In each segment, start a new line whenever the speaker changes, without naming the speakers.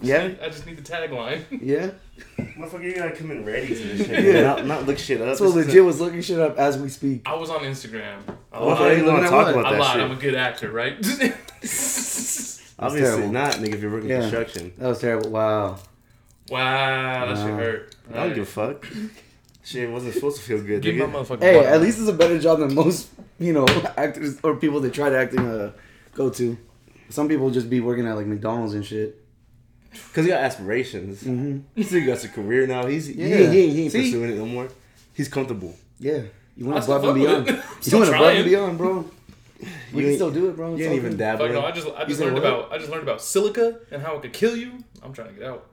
Yeah,
I just need the tagline.
yeah.
Motherfucker, you gotta come in ready to this shit.
Yeah.
Not, not look shit up.
That's what
This
legit was looking shit up as we speak.
I was on Instagram. I
Well,
lied.
I didn't
look
want
at
to talk
Oh, that
about
I
that
lied.
shit.
I'm a good actor, right?
Obviously
terrible.
not, nigga. If you're working
Yeah.
construction,
That was terrible. Wow.
wow, that shit
Nah.
hurt.
I don't give a fuck. Shit, it wasn't supposed to feel good,
Give my
nigga.
motherfucking.
Hey,
button.
at least it's a better job than most, you know, actors or people that tried acting uh, go to. Some people just be working at like McDonald's and shit.
Cause he got aspirations.
Mm-hmm.
He's he got a career now. He's yeah.
Yeah, he- he ain't
See?
pursuing
pursuing it no more. He's comfortable.
Yeah, you
I
went
still
above and
fuck with
beyond.
it.
You
Still
went above and
trying.
beyond, bro. We
You
can
ain't-
still do it, bro. It's
You ain't
all
even
good.
dabbling.
Fuck no, I just I just
said
learned
what?
about I just learned about silica and how it could kill you. I'm trying to get out.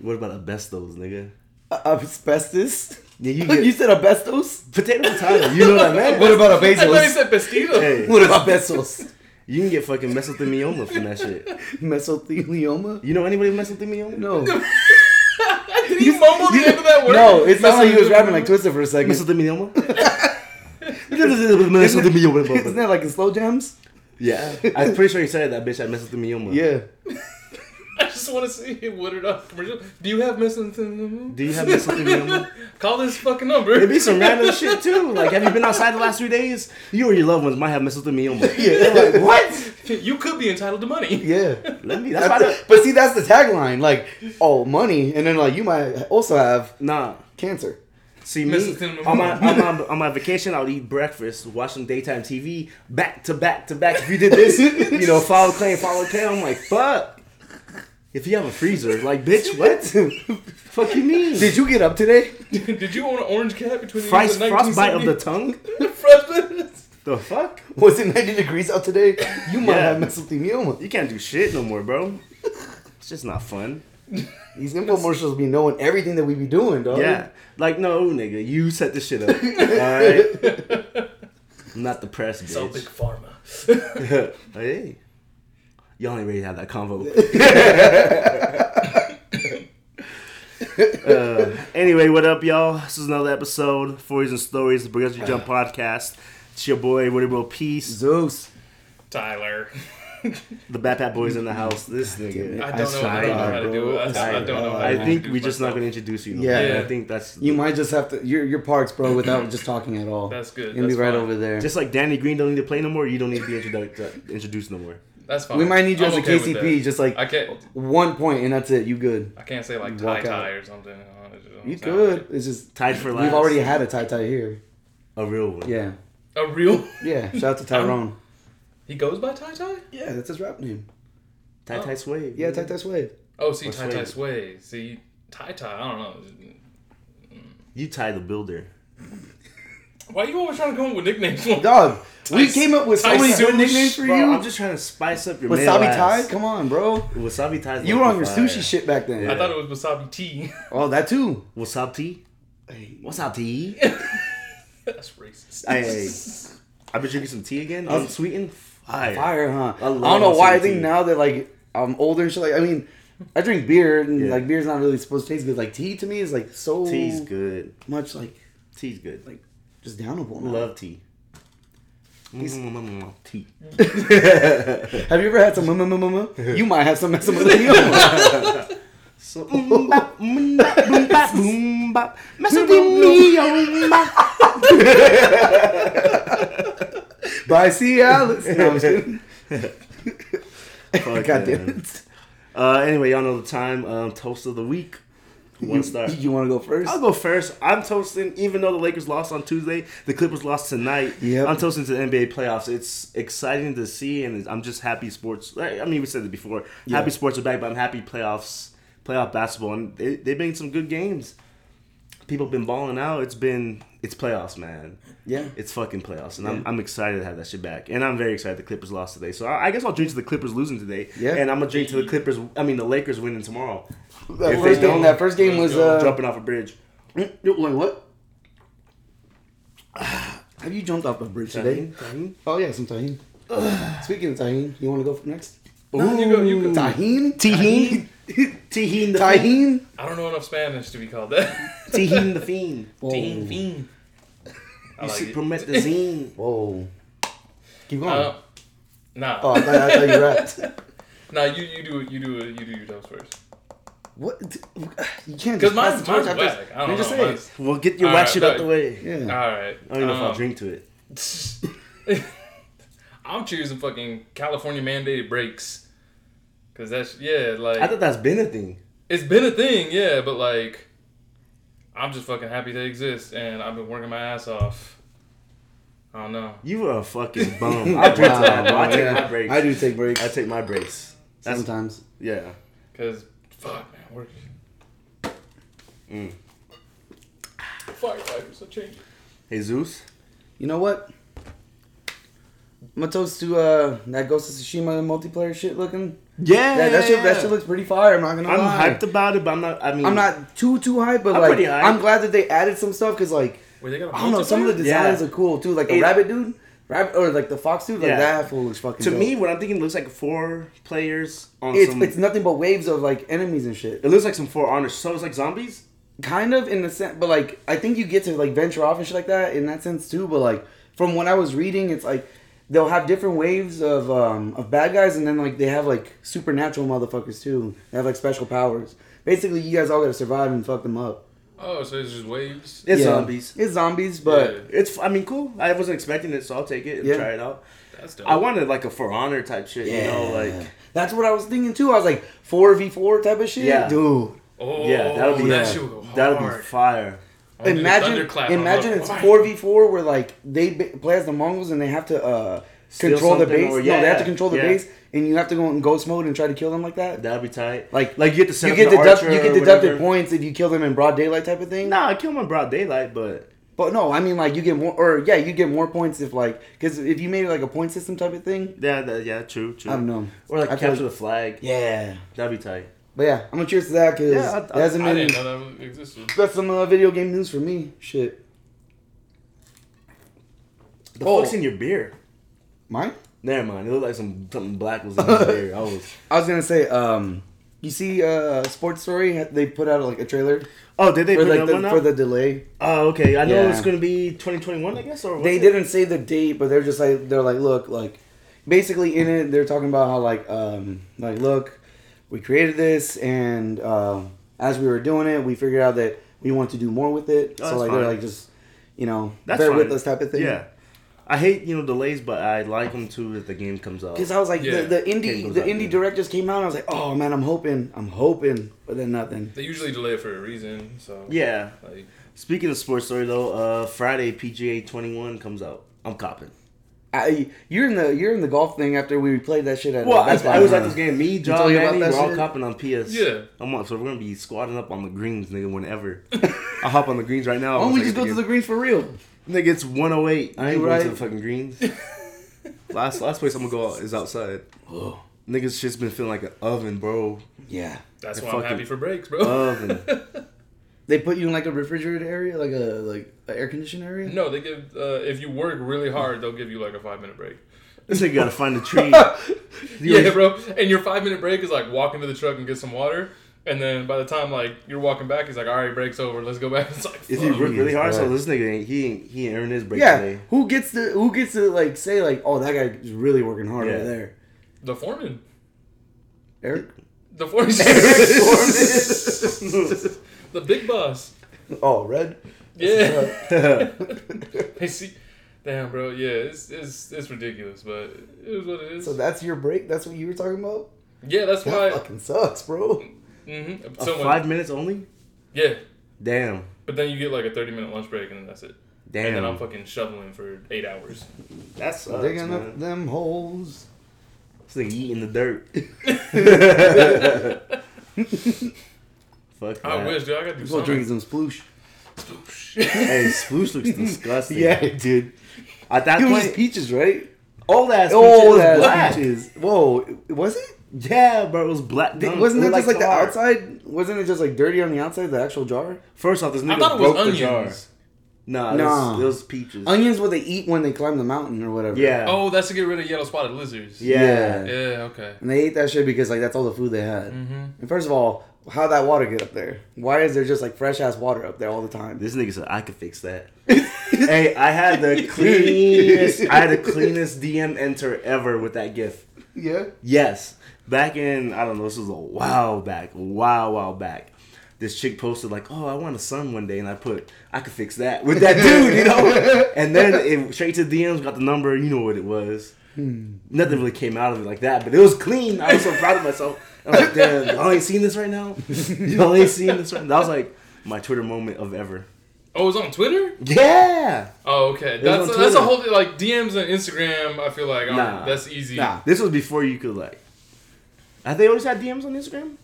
What about asbestos, nigga?
Uh, asbestos.
Yeah,
You,
you get
said asbestos.
potato potato. You know what I meant.
What about
I thought he
abasals?
said pestillo.
Hey,
What about asbestos?
you can get fucking mesothelioma from that shit.
Mesothelioma?
You know anybody with mesothelioma?
No.
Did he mumble the end of that word?
No, it sounded like he was rapping like Twister for a second.
Mesothelioma.
Isn't
mesothelioma.
that like in slow jams?
Yeah, I'm pretty sure you said that bitch had mesothelioma.
Yeah.
I just want to see him wooded up commercial. Do you have missing?
Do you have mesothelioma?
Call this fucking number.
It'd be some random shit too. Like, have you been outside the last three days? You or your loved ones might have mesothelioma. Yeah, like, what?
You could be entitled to money.
Yeah.
Let me. That's why.
That's the-
the-
but see, that's the tagline. Like, oh, money, and then like you might also have
Nah.
cancer.
See me
Mesothelioma.
on my, on my on my vacation. I'll eat breakfast, watch some daytime TV, back to back to back. If you did this, you know, follow claim, follow claim. I'm like, fuck. If you have a freezer, like, bitch, what? fuck you mean?
Did you get up today?
Did you own an orange cat between the
Frost,
years of
frostbite of the
1970?
tongue?
Frostbite.
The fuck?
Was it 90 degrees out today? You might
Yeah.
have mesothelioma.
You can't do shit no more, bro. It's just not fun.
These infomercials be knowing everything that we be doing, dog.
Yeah. Like, no, nigga, you set this shit up. Alright? I'm not the press, bitch.
So big pharma.
hey. Y'all ain't ready to have that convo. Uh, anyway, what up, y'all? This is another episode, 40s and Stories, the Progressive Jump
Uh.
Podcast. It's your boy, Woody Bro Peace.
Zeus.
Tyler.
The Bat Pat Boys in the house. This nigga.
I don't know. I
swear
don't know
to
how to
God,
do
bro.
it. I, I don't know. How
I
to
think
do
we're just not
myself.
going to introduce you. no
Yeah.
more. I think that's.
You might just have to your your parts, bro, without just talking at all.
That's good.
You'll be
That's
right
fine.
over there.
Just like Danny Green don't need to play no more, you don't need to be introdu- uh, introduced no more.
That's fine.
we might need you
I'm
as a
okay with
KCP,
that.
just like
I can't.
one point, and that's it. You good?
I can't say like
You walk
tie tie
out.
or something. I don't know, it
You
just don't sound
good? It's just
Tied for last.
we've already had a tie tie here.
a real one.
Yeah,
right. A real?
yeah. Shout out to Tyrone.
He goes by tie tie.
Yeah, that's his rap name.
Ty Ty Sway.
Yeah, tie tie Sway.
Oh, see
Or
tie tie
Swayze.
sway. See tie tie. I don't know.
You Ty the Builder.
Why you always trying to come up with nicknames?
Dog, we
Ty-
came up with so
Ty
many good
Sush,
nicknames for
Bro, I'm
you.
just trying to spice up your male
Wasabi Thai,
ass.
come on, bro.
Wasabi Thai.
You were on your sushi shit back then.
I thought it was wasabi tea.
Oh, that too.
Wasabi tea? Wasabi tea?
That's racist.
hey, I've been drinking some tea again. Unsweetened. Fire.
Fire, huh? I,
I love
don't know why. I
wasabi
think
tea.
now that like I'm older and shit. Like, I mean, I drink beer, and
Yeah.
like beer's not really supposed to taste good. Like tea to me is like so
Tea's good.
much like
Tea's good.
like just downable. now.
Love tea.
Mm.
mmm, Mm-mm-mm-mm-mm. Tea.
Have you ever had some? mm, mm, mm, mm? You might have some mesothelioma.
So, mm, bop, mm, boom, bop, boom, bop. Mess
Mmm,
with me, oh, bop.
Bye, see you, Alice. No, I'm just kidding.
Fuck,
God
man.
damn it.
Uh, anyway, y'all know the time. Um, toast of the week. One star.
You want to go first?
I'll go first. I'm toasting, even though the Lakers lost on Tuesday, the Clippers lost tonight.
Yep.
I'm toasting to the NBA playoffs. It's exciting to see, and I'm just happy sports. I I mean, we said it before. Happy sports are back, but I'm happy playoffs, playoff basketball, and they, they've been some good games. People been balling out. It's been it's playoffs, man.
Yeah.
It's fucking playoffs, and I'm, I'm excited to have that shit back. And I'm very excited the Clippers lost today, so I, I guess I'll drink to the Clippers losing today.
Yeah.
And I'm gonna drink to the Clippers. I mean, the Lakers winning tomorrow,
That
If
first,
they
game,
don't,
that first game was.
go.
Uh,
jumping off a bridge.
wait, what? Have you jumped off a bridge today?
Tahim, Tahim.
Oh yeah, some tahine. Speaking of tahine, you want to go for next?
No, you go- you go.
Tahine?
Tahine? Tahine the Fiend.
Tahine?
I don't know enough Spanish to be called that.
Tahine the Fiend.
Dean
Whoa.
Fiend. I
You
like
should
it.
promote the zine.
Whoa. Keep going.
Uh, nah.
oh, I thought, I thought you rapped.
Nah, you you do you do you do your jokes first.
What? You
Because
can't just
mine's,
pass the
mine's
torch. I
whack.
just-
I don't
I'm just
know.
saying.
mine's-
Well, get your
All
whack
right,
shit out the
but-
way.
Yeah.
All right.
I don't even know if I'll
Um,
drink to it.
I'm choosing fucking California mandated breaks. Cause that's yeah, like
I thought that's been a thing.
it's been a thing, yeah, but like I'm just fucking happy they exist and I've been working my ass off. I don't know.
You are a fucking bum. I drink to that. bro. I take my
Yeah,
breaks.
I do take breaks
I take my breaks. That's,
sometimes.
Yeah.
Cause fuck man, work.
Mm.
Firefighters, I change.
Hey Zeus.
You know what? My toast to uh, that Ghost of Tsushima multiplayer shit looking.
Yeah.
That, that shit that shit looks pretty fire. I'm not gonna
I'm
lie.
hyped about it, but I'm not. I mean,
I'm not too too hyped, but
I'm
like
pretty hyped.
I'm glad that they added some stuff because like
Wait, they got a
I don't know, some of the
multiplayer?
designs
Yeah.
are cool too. Like the
It-
rabbit dude, rabbit or like the fox dude, like
Yeah.
that fool looks fucking.
To
dope.
me, what I'm thinking looks like four players on
it's
some.
it's nothing but waves of like enemies and shit.
it looks like some four honor. So it's like zombies.
kind of in the sense, but like I think you get to like venture off and shit like that in that sense too. But like from what I was reading, it's like they'll have different waves of um of bad guys, and then like they have like supernatural motherfuckers too. They have like special powers. Basically, you guys all gotta survive and fuck them up.
Oh, so it's just waves.
It's
Yeah.
zombies.
It's zombies, but
Yeah.
It's. I mean, cool. I wasn't expecting it, so I'll take it and
Yeah.
try it out.
That's dope.
I wanted like a for honor type shit. You know, like
that's what I was thinking too. I was like four v four type of shit,
Yeah.
dude.
oh,
yeah, that would be
that
yeah.
shit would go hard.
that would be fire.
I wanna do the
Imagine,
thunderclap. I'm
imagine
like,
it's
"Why?"
four v four where like they b- play as the Mongols and they have to uh,
Steal
control the
something
base.
or-
no, they have to
yeah,
control the
yeah.
base, and you have to go in ghost mode and try to kill them like that.
That'd be tight.
Like-
like you get to set
you
up
get
the
deduct,
archer
you
or
get deducted
whatever.
points if you kill them in broad daylight type of thing.
Nah, I kill him in broad daylight, but
But no, I mean like you get more, or yeah, you get more points if like because if you made it like a point system type of thing.
yeah, that, yeah, true, true.
I don't know.
Or like
I feel
capture the flag.
Yeah,
That'd be tight.
but yeah, I'm gonna cheers to that because
Yeah, I-
it hasn't
I
been.
didn't know that existed.
That's some uh, video game news for me. Shit,
The
Oh.
fuck's in your beer?
mine.
Never mind. It looked like some something black was in his beer. I was.
I was gonna say, um, you see, uh, Sports Story they put out like a trailer
Oh, did they
for
put
like
that
the,
one up?
for the delay.
oh, okay. I know
Yeah.
it's gonna be 2021, I guess. Or was
they
it?
didn't say the date, but they're just like they're like, look, like basically in it they're talking about how like um like look, we created this and uh, as we were doing it, we figured out that we want to do more with it.
Oh,
so
that's
like
fine.
they're like just you know
That's
bear with
fine.
us type of thing.
Yeah. I hate you know delays, but I like them too if the game comes out.
Because I was like
Yeah.
the, the
Game
indie
goes
the
out,
indie
yeah.
directors came out. and I was like, oh man, I'm hoping, I'm hoping, but then nothing.
They usually delay it for a reason, so
Yeah.
Like,
Speaking of sports story though, uh, Friday PGA 21 comes out. I'm copping.
I you're in the you're in the golf thing after we played that shit at.
Well,
Best
I,
Buy,
I was
huh?
at this game. Me,
told
John,
you about
Manny,
that
we're all
shit?
copping on PS.
Yeah.
I'm on, so we're gonna be squatting up on the greens, nigga. Whenever I hop on the greens right now.
Why don't
once
we
I
just
get
go to the greens for real?
Nigga, it's 108. I
You
ain't going to
right?
the fucking greens. last last place I'm gonna go out is outside.
Oh
Niggas shit's been feeling like an oven, bro.
yeah.
that's
They
why I'm
fucking-
happy for breaks, bro.
Oven.
They put you in like a refrigerator area, like a like an air conditioned area.
no, they give uh, if you work really hard, they'll give you like a five minute break.
this nigga gotta find a tree.
Yeah,
You ain't-
bro. And your five minute break is like walk into the truck and get some water, and then by the time like you're walking back, it's like all right, break's over, let's go back. It's like
If you
fuck.
work really hard, so
Right.
this nigga ain't he ain't he ain't earning his break
Yeah,
today.
who gets to who gets to like say like, oh that guy is really working hard
Yeah.
over there.
the foreman,
Eric,
the foreman, the big boss.
oh red.
Yeah, they see. Damn, bro. Yeah, it's, it's it's ridiculous, but it is what it is.
so that's your break. That's what you were talking about.
yeah, that's
That
why.
fucking sucks, bro.
Mm-hmm,
Uh,
someone,
five minutes only?
yeah,
Damn.
but then you get like a thirty minute lunch break, and then that's it. And then I'm
Damn.
fucking shoveling for eight hours.
That sucks,
Digging up
man.
them holes.
This nigga eating the dirt. Fuck that.
I wish, dude. I gotta do
Just well,
something.
drinking some sploosh.
Hey, Sploosh looks disgusting.
dude.
At that
It was
point,
just peaches, right?
old ass Sploosh
Oh,
was
that
black.
peaches. Whoa, was it?
Yeah, bro, it was black.
Did-
No,
wasn't
it
that
looked
just like the
tar.
outside? Wasn't it just like dirty on the outside, the actual jar?
First off, this nigga
thought it was
broke the jar.
onions.
Nah,
Nah.
It, was, it was peaches.
Onions, what they eat when they climb the mountain or whatever.
Yeah.
Oh, that's to get rid of yellow spotted lizards.
yeah. Mm-hmm.
Yeah.
Yeah. Okay.
And they ate that shit because like that's all the food they had. And first of all, how that water get up there? Why is there just like fresh ass water up there all the time?
This nigga said I could fix that. hey, I had the cleanest, I had the cleanest DM enter ever with that gif.
Yeah.
Yes, back in I don't know, this was a while back, wow, wow back. This chick posted like, "Oh, I want a son one day," and I put, "I could fix that with that dude," you know. and then it straight to DMs, got the number, you know what it was. Nothing really came out of it like that, but it was clean. I was so proud of myself. I was like, "Damn, y'all ain't seen this right now. Y'all ain't seen this right." Now. That was like my Twitter moment of ever.
Oh, it was on Twitter.
Yeah.
Oh, okay.
was
That's
on
that's a
Twitter.
whole thing, like DMs and Instagram. I feel like oh,
Nah.
that's easy.
Nah.
This was before you could like. Have they always had DMs on Instagram?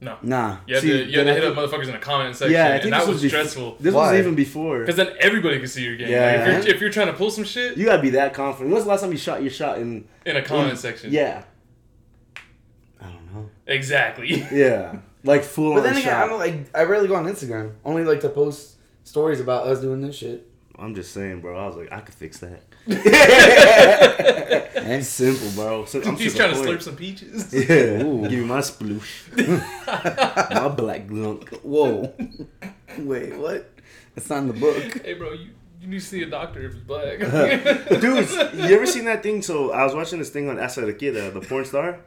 No.
Nah.
You had
See,
to, you had to
then
hit
I
up motherfuckers in the comment section,
yeah, I think
and
this
that
was,
was
bef-
stressful.
This
Why?
was even before.
Because then everybody could see your game. Like,
Yeah.
if, you're, if you're trying to pull some shit
You gotta be that confident. When's the last time you shot your shot in?
in a comment section,
Yeah,
I don't know.
exactly.
yeah, like full
But
on
then again, I
shot.
don't like. I rarely go on Instagram. Only like to post stories about us doing this shit.
I'm just saying, bro. I was like, I could fix that.
And
Simple, bro. So, I'm
He's
to
trying
the
to slurp
point.
some peaches.
Yeah,
Ooh.
give me my sploosh, my black glunk.
Whoa. Wait, what? That's not in the book.
hey, bro, you, you need to see a doctor if you're black.
Dude, you ever seen that thing? So I was watching this thing on Asa the Kid, uh, the porn star.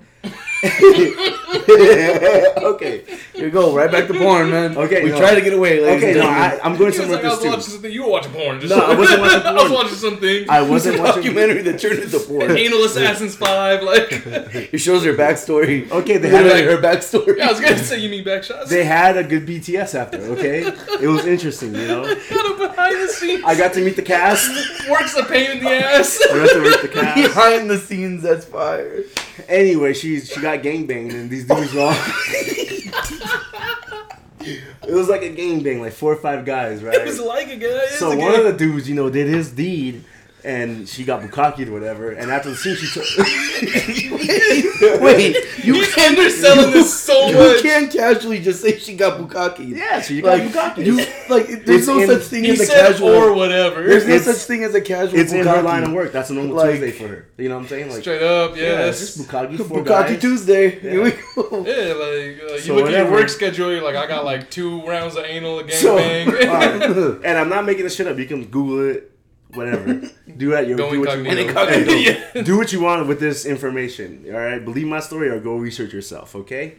okay,
Here you go, right back to porn, man.
Okay,
we
no.
try to get away, ladies
okay.
and
No,
gentlemen.
I, I'm going
He was
somewhere
like, I was
with
watching
this too.
something. You were watching porn. Just
No, I wasn't watching
I was
porn.
watching something.
I wasn't watching.
documentary that turned into porn.
Anal Assassins 5. Like, yeah,
It shows her backstory.
Okay, they had
Literally
a,
her backstory.
I was going to say you mean back shots.
they had a good BTS after. Okay, it was interesting. You know,
Got a behind the scenes.
I got to meet the cast.
Works a pain in the ass.
I got to meet the cast.
Behind the scenes, that's fire.
Anyway, she she got gangbanged and these dudes were all. it was like a gangbang, like four or five guys,
it was
right?
like a guy. It's
So
a
one
guy.
of the dudes, you know, did his deed. And she got bukakied or whatever. And after the scene, she took.
Wait, you
He's
can't
underselling
you-
this so
You
much.
can't casually just say she got bukaki.
yeah, she got
like
bukkake.
you, like there's
It's
no
in-
such thing
He
as a
said
casual.
or whatever.
there's no
It's-
such thing as a casual.
it's in her
bukkake.
line of work. That's a normal
Like-
Tuesday for her. You know what I'm saying? Like,
Straight up,
yeah,
yes.
just bukkake for
Bukaki Tuesday. Here we go.
Yeah, like uh, you look
So
at your
whatever.
work schedule, you're like, I got like two rounds of anal, a
So,
gangbang.
alright, and I'm not making this shit up. You can Google it, whatever. Do that. You
Go
do what you
incognito.
want.
And incognito.
Hey, do what you want with this information. All right, believe my story or go research yourself. Okay,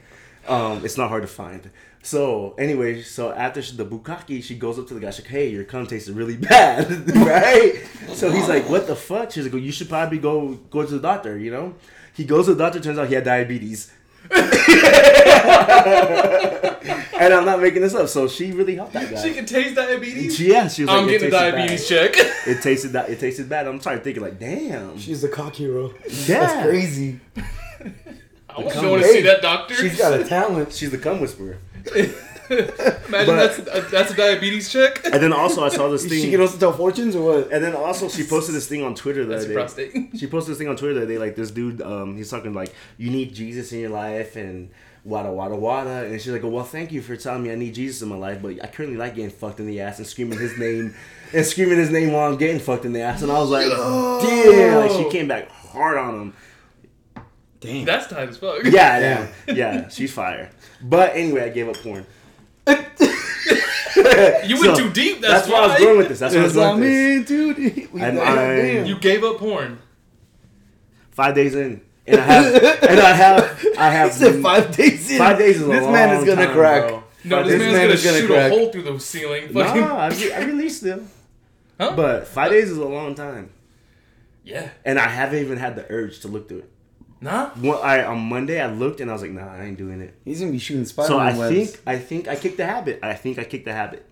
um, it's not hard to find. So anyway, so after she, the bukkake, she goes up to the guy. She's like, "Hey, your cum tastes really bad, right?" So he's like, "What the fuck?" She's like, "You should probably go go to the doctor." You know, he goes to the doctor. Turns out he had diabetes. and I'm not making this up. So she really helped that guy.
she can taste diabetes.
Yeah, she was
I'm
like, it
getting a
tasted
diabetes
bad.
check.
It tasted that. It tasted bad. I'm sorry, thinking like, damn.
She's a cock hero.
yeah,
That's crazy.
I want to
cum
go and
babe.
see that doctor.
She's got a talent.
She's the cum whisperer.
Imagine
but-
that's a, that's a diabetes check.
And then also, I saw this thing.
She can also tell fortunes or what?
and then also, she posted this thing on Twitter the
That's
other
your
day.
prostate.
She posted this thing on Twitter the other day. Like this dude, um, he's talking like, you need Jesus in your life and wada wada wada. And she's like, well, thank you for telling me I need Jesus in my life, but I currently like getting fucked in the ass and screaming his name and screaming his name while I'm getting fucked in the ass. And I was like, damn. Like she came back hard on him.
Damn.
That's tight as fuck.
Yeah, yeah, yeah. She's fire. But anyway, I gave up porn.
you went
So,
too deep.
That's,
That's,
where I was going with this. That's where I was
That's what I
going with this.
mean, dude. We
And
know,
I-
damn.
You gave up porn.
Five days in, and I have, and I have, I
He
have
said five days in.
Five days is a
This man is
long
gonna
time,
crack.
bro.
No,
Five
this,
days-
man's
man
gonna,
is gonna
shoot
crack.
a hole through the ceiling. Fucking
Nah, I, re- I released them,
Huh?
but five days is a long time,
yeah,
and I haven't even had the urge to look through it.
nah.
One, I, on Monday, I looked and I was like, Nah, I ain't doing it.
He's gonna be shooting spider
So I
webs.
think, I think I kicked the habit. I think I kicked the habit.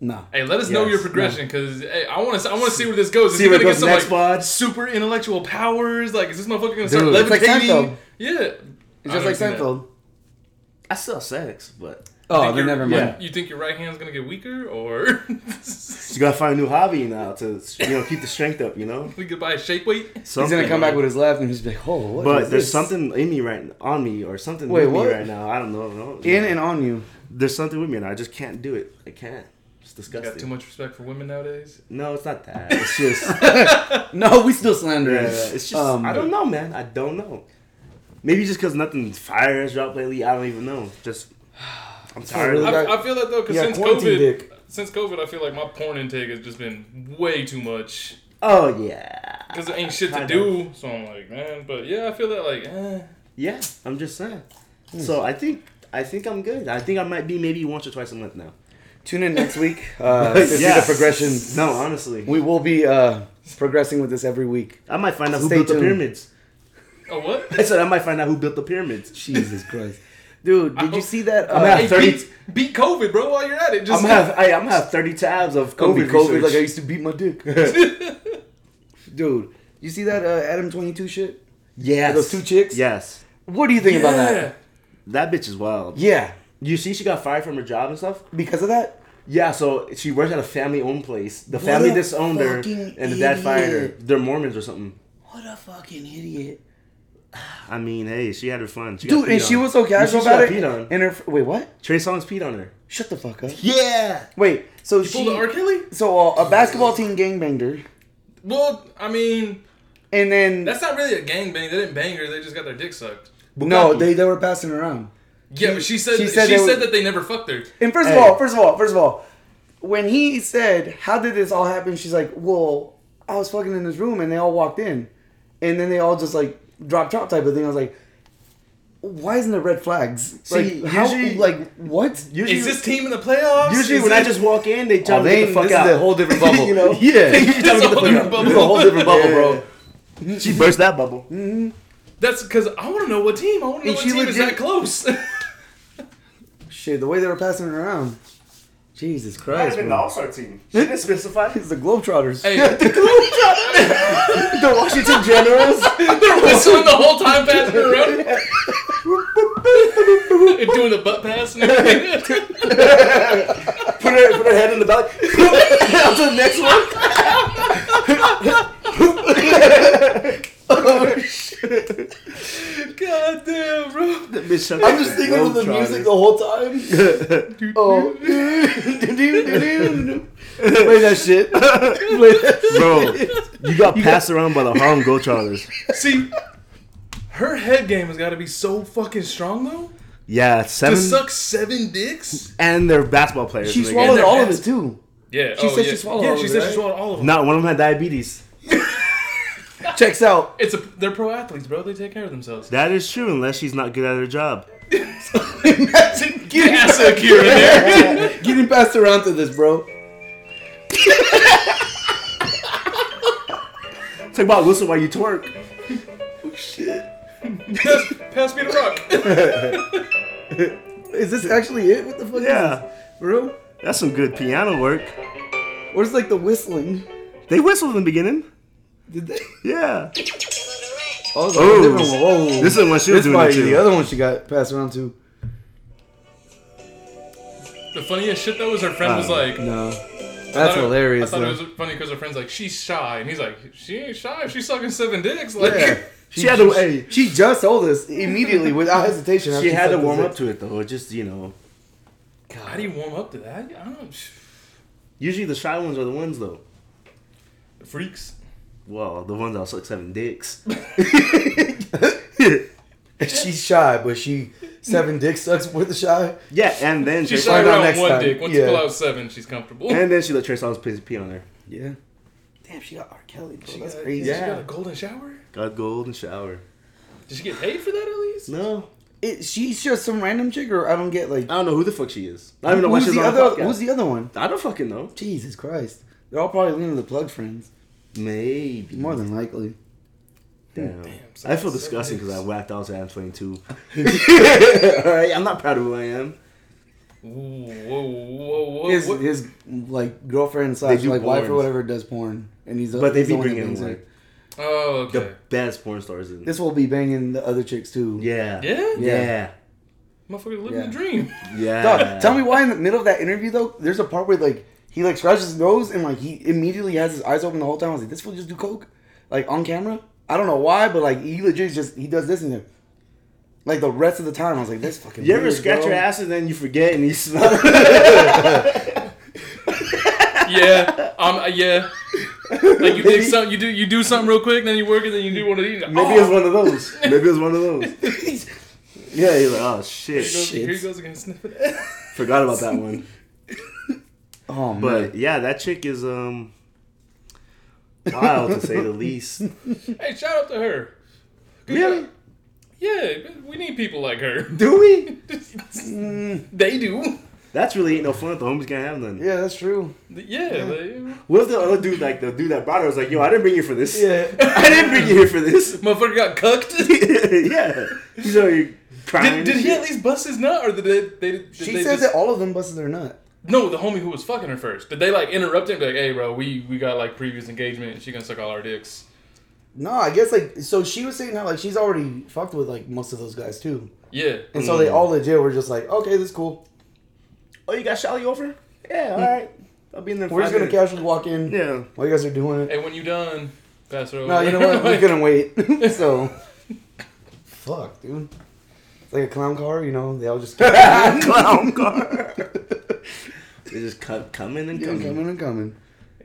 nah.
Hey, let us know
Yes,
your progression because hey, I want to. I want to see where this goes. Is
See
he
where
gonna
it
get
goes
some
next
like
pod.
super intellectual powers? Like, is this motherfucker gonna start
Dude, it's
like
levitating?
Seinfeld.
yeah,
It's just like Seinfeld.
I still have sex, but
Oh,
Think
then
your-
never mind.
You think your right hand's gonna get weaker, or
you gotta find a new hobby now to you know keep the strength up. You know,
we could buy a shake weight?
He's gonna
Something.
come back with his left and he's like, oh, what
But
is
there's
this?
something in me right on me or something
Wait,
with
what?
me right now. I don't know. no,
in
no.
and on you.
there's something with me and I just can't do it. I can't. It's
You got too
disgusting.
much respect for women nowadays.
no, it's not that. It's just
No, we still slander
yeah,
him.
it's just
Um,
I don't know, man. I don't know. Maybe just because nothing fire has dropped lately. I don't even know. Just I'm tired.
really
of it.
got-
I, I feel that though, because
Yeah,
since
quarantine
COVID,
dick.
since COVID, I feel like my porn intake has just been way too much.
oh yeah.
Because there ain't shit to
Kinda.
do, so I'm like, man. But yeah, I feel that like, eh.
Yeah, I'm just saying.
Hmm.
So I think I think I'm good. I think I might be maybe once or twice a month now.
Tune in next week uh, to see the progression.
No, honestly,
We will be uh, progressing with this every week.
I might find out who
Stay
built
tuned.
the pyramids.
Oh what?
I said I might find out who built the pyramids.
Jesus Christ, dude! Did you
hope-
see that?
I'm
Uh,
at-
Hey,
30
beat, beat COVID, bro. While you're at it,
I'm
just
gonna have I, I'm gonna have thirty tabs of
COVID,
COVID,
COVID, like I
research.
used to beat my dick, dude. You see that uh, Adam Twenty Two shit?
yes,
Those two chicks?
Yes,
What do you think about
Yeah.
that?
that bitch is wild.
Yeah,
You see, she got fired from her job and stuff.
because of that.
Yeah, so she works at a family-owned place. The
What
family
a
disowned her, and
fucking
the dad fired her.
idiot.
They're Mormons or something.
What a fucking idiot,
I mean, hey, she had her fun. She got
dude!
peed
And she
on.
was so
You see,
casual
she
about it.
got peed on.
And her wait, what?
Trey Songz peed on her.
Shut the fuck up.
Yeah.
Wait, so she
pulled the R. Kelly.
so uh, a basketball team gangbanged her,
Well, I mean,
and then
that's not really a gangbang. They didn't bang her. They just got their dick sucked.
no,
Bugatti.
they they were passing around.
Yeah, but she said
she
she
said
said,
they were-
that they never fucked her.
And first
Hey.
of all, first of all, first of all, when he said, "How did this all happen?" She's like, "Well, I was fucking in this room, and they all walked in, and then they all just like drop top type of thing." I was like, "Why isn't there red flags?
See,
like, how?
usually-
Like, what?
Usually,
Is this team in the playoffs?
usually
Is
when I
it-
just walk in, they tell
Oh,
me
they-
get the fuck
this is
out.
a whole different bubble.
you know?
Yeah.
You tell me
It's a
get the
whole
fuck
different
out.
bubble.
This is a whole different bubble, bro. She burst that bubble.
that's because I want to know what team. I want to know
And
what
she
team is that
legit-
close.
Shit, the way they were passing it around, Jesus Christ!" bro.
Star team. She didn't specify.
It's the Globetrotters.
hey,
the Washington Generals.
they're whistling the whole time passing her around and doing the butt pass and everything.
Put her, put her head in the belly. on to the next one.
God damn, bro.
I'm just thinking of the music the whole time.
music.
Oh, play that shit. Play that shit.
Bro, you got passed around by the Harlem Globetrotters.
See, her head game has got to be so fucking strong though
Yeah,
to
seven.
suck seven dicks.
And they're basketball players.
She
in the game.
swallowed
their
all of
ass.
it too.
Yeah,
She
oh,
said she
yeah.
swallowed
Yeah,
all
she
of it,
said
right?
she swallowed all of them.
Not one of them had diabetes.
Checks out.
It's a they're pro athletes, bro. They take care of themselves.
That is true, unless she's not good at her job.
Get Asa Akira in there.
Getting passed around to this, bro.
Talk about listen while you twerk.
pass, pass me the rock.
Is this actually it? What the fuck?
Yeah.
Is this? Bro?
That's some good piano work.
Where's like the whistling?
They whistled in the beginning.
Did they?
Yeah.
Oh, it's
Oh.
a different one. Whoa.
This is when she was
This
doing it
probably
too.
the other one she got passed around to.
The funniest shit though is her friend was like,
No.
I
That's
thought it-
hilarious.
I thought
though.
it was funny because her friend's like, she's shy, and he's like, she ain't shy. She's sucking seven dicks. Like,
Yeah.
She had to- hey.
She just told us immediately without hesitation. after
She had to
sucked
warm
this
up to it though. It Just you know,
how do you warm up to that? I don't.
usually the shy ones are the ones though.
Freaks.
Well, the ones that suck seven dicks.
dick. She's shy, but she seven dick sucks with the shy.
yeah, and then
She's
Trey-
shy
find out
around
next
one
time.
dick. Once
Yeah.
you pull out seven, she's comfortable.
and then she let Trey Songz pee, pee on her.
Yeah. Damn, she got R. Kelly. Bro.
She
That's
got-
crazy.
She
Yeah.
got a golden shower.
Got golden shower.
Did she get paid for that at least?
No,
It, she's just some random chick, or I don't get like.
I don't know who the fuck she is. I don't even know why
who's
she's
the
on
other?
the podcast.
who's the other one?
I don't fucking know.
Jesus Christ! They're all probably Lena the Plug friends,
Maybe.
more than likely.
Damn.
Damn, so
I feel
that's
disgusting because I
seven
whacked out to Adam 22. All right, I'm not proud of who I am.
Ooh, whoa, whoa, whoa.
His
what-
his like girlfriend slash
do
like wife or
porns.
whatever does porn, and he's
But they
he's
be
the one that
bringing
bangs
in
her.
like
oh,
the
okay.
best porn stars in.
This will be banging the other chicks too.
yeah.
Yeah?
Yeah.
Motherfucker living
Yeah.
the dream.
Yeah.
Dog, tell me why in the middle of that interview though, there's a part where like he like scratches his nose and like he immediately has his eyes open the whole time. I was like, this will just do coke, like on camera. I don't know why, but like he legit just he does this and then, like the rest of the time, I was like, this fucking.
You ever
weird,
scratch
bro.
your ass and then you forget and you smell it?
yeah. Um. uh, Yeah. Like you dig something, you do you do something real quick, then you work it, then you do one of these. Oh,
Maybe it's one of those. Maybe it's one of those. Yeah, you're like, oh
Here
shit.
he goes, here he goes again, sniffing. it.
Forgot about that one.
Oh man.
But yeah, that chick is um wild to say the least.
hey, shout out to her. Good
Really?
job. Yeah, we need people like her.
Do we?
they do.
That's really ain't no fun if the homies can't have none.
Mm, Yeah, that's true.
Yeah, they-
What if the other dude, like the dude that brought her, was like, "Yo, I didn't bring you for this.
Yeah.
I didn't bring you here for this."
motherfucker got cucked.
yeah, he's already crying.
Did,
and
did he
shit.
at least bust his nut, or did they? they did
She
they
says
just-
that all of them busted their nut.
No, the homie who was fucking her first. Did they like interrupt him? Be like, hey, bro, we we got like previous engagement. and She gonna suck all our dicks.
No, I guess like so she was saying how like she's already fucked with like most of those guys too,
Yeah.
and so they all legit were just like, okay, this is cool.
Oh, you got Shelly over? Yeah, all right. I'll be in there. in
Hmm. We're just
five
gonna
minutes.
casually walk in.
Yeah.
While you guys are doing it.
Hey, when you done, pass her over.
No, you know what? We're gonna wait. so, fuck, dude. It's like a clown car, you know. They all just keep
clown car. they just cut coming and coming.
coming and coming.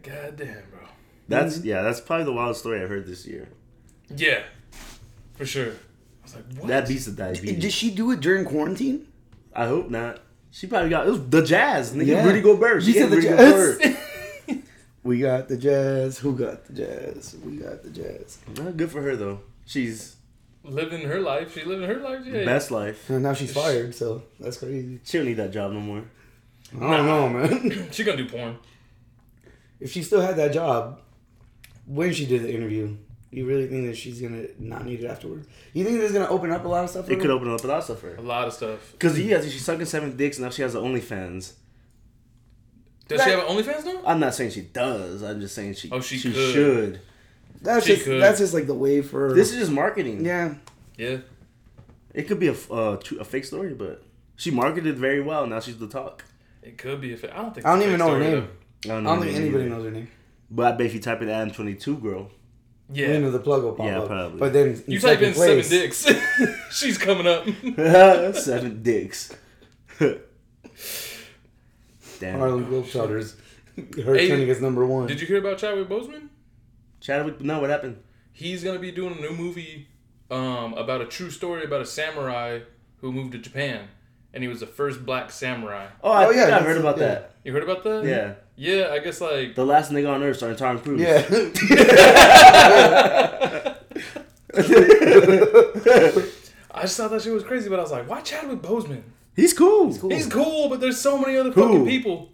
God damn, bro.
That's yeah. That's probably the wildest story I've heard this year.
Yeah, for sure. I was like, what?
That beats the
Did
diabetes.
did she do it during quarantine?
I hope not. She probably got it was the jazz. Nigga,
Yeah.
Rudy Gobert. She
You said
said
the
Rudy
Jazz.
Gobert.
We got the jazz. Who got the jazz? We got the jazz.
Well, good for her though. She's
living her life. She living her life. Yeah.
best life.
And now she's fired, so that's crazy.
She don't need that job no more.
I don't know, man.
She gonna do porn.
if she still had that job when she did the interview, you really think that she's gonna not need it afterwards? You think this is gonna open up a lot of stuff? for
It could
Mm.
her?
open up a lot of stuff for her.
A lot of stuff.
Cause yeah, she's sucking seven dicks now. She has the OnlyFans.
Does she have an OnlyFans now?
I'm not saying she does. I'm just saying she.
Oh, she could.
should.
That's
She
just
could.
that's just like the way for
This is just marketing.
yeah.
Yeah.
It could be a f- uh, tru- a fake story, but she marketed very well. Now she's the talk.
It could be. If it, I don't think.
I don't
it's a
even
fake
know her
story,
name.
don't,
I don't think
her name
anybody
either.
knows her name.
But I bet if you type in Adam twenty two girl,
though.
Yeah.
Yeah.
the plug will pop
Yeah,
up.
probably.
But then
You type
second
in
place-
seven dicks. She's coming up.
seven dicks. Damn.
Harlem Globetrotters. Her
Hey,
turning is number one.
Did you hear about Chadwick Boseman?
Chadwick. No, what happened?
He's gonna be doing a new movie um, about a true story about a samurai who moved to Japan, and he was the first black samurai.
Oh, I
Oh,
think
yeah,
I
that's-
heard about
yeah. Mm-hmm.
that.
You heard about that?
Yeah,
Yeah. I guess like.
the last nigga on earth starring Tom Cruise.
yeah.
I just thought that shit was crazy, but I was like, why Chadwick Boseman?
he's cool. He's
cool.
He's cool, but there's so many other
Who?
fucking people.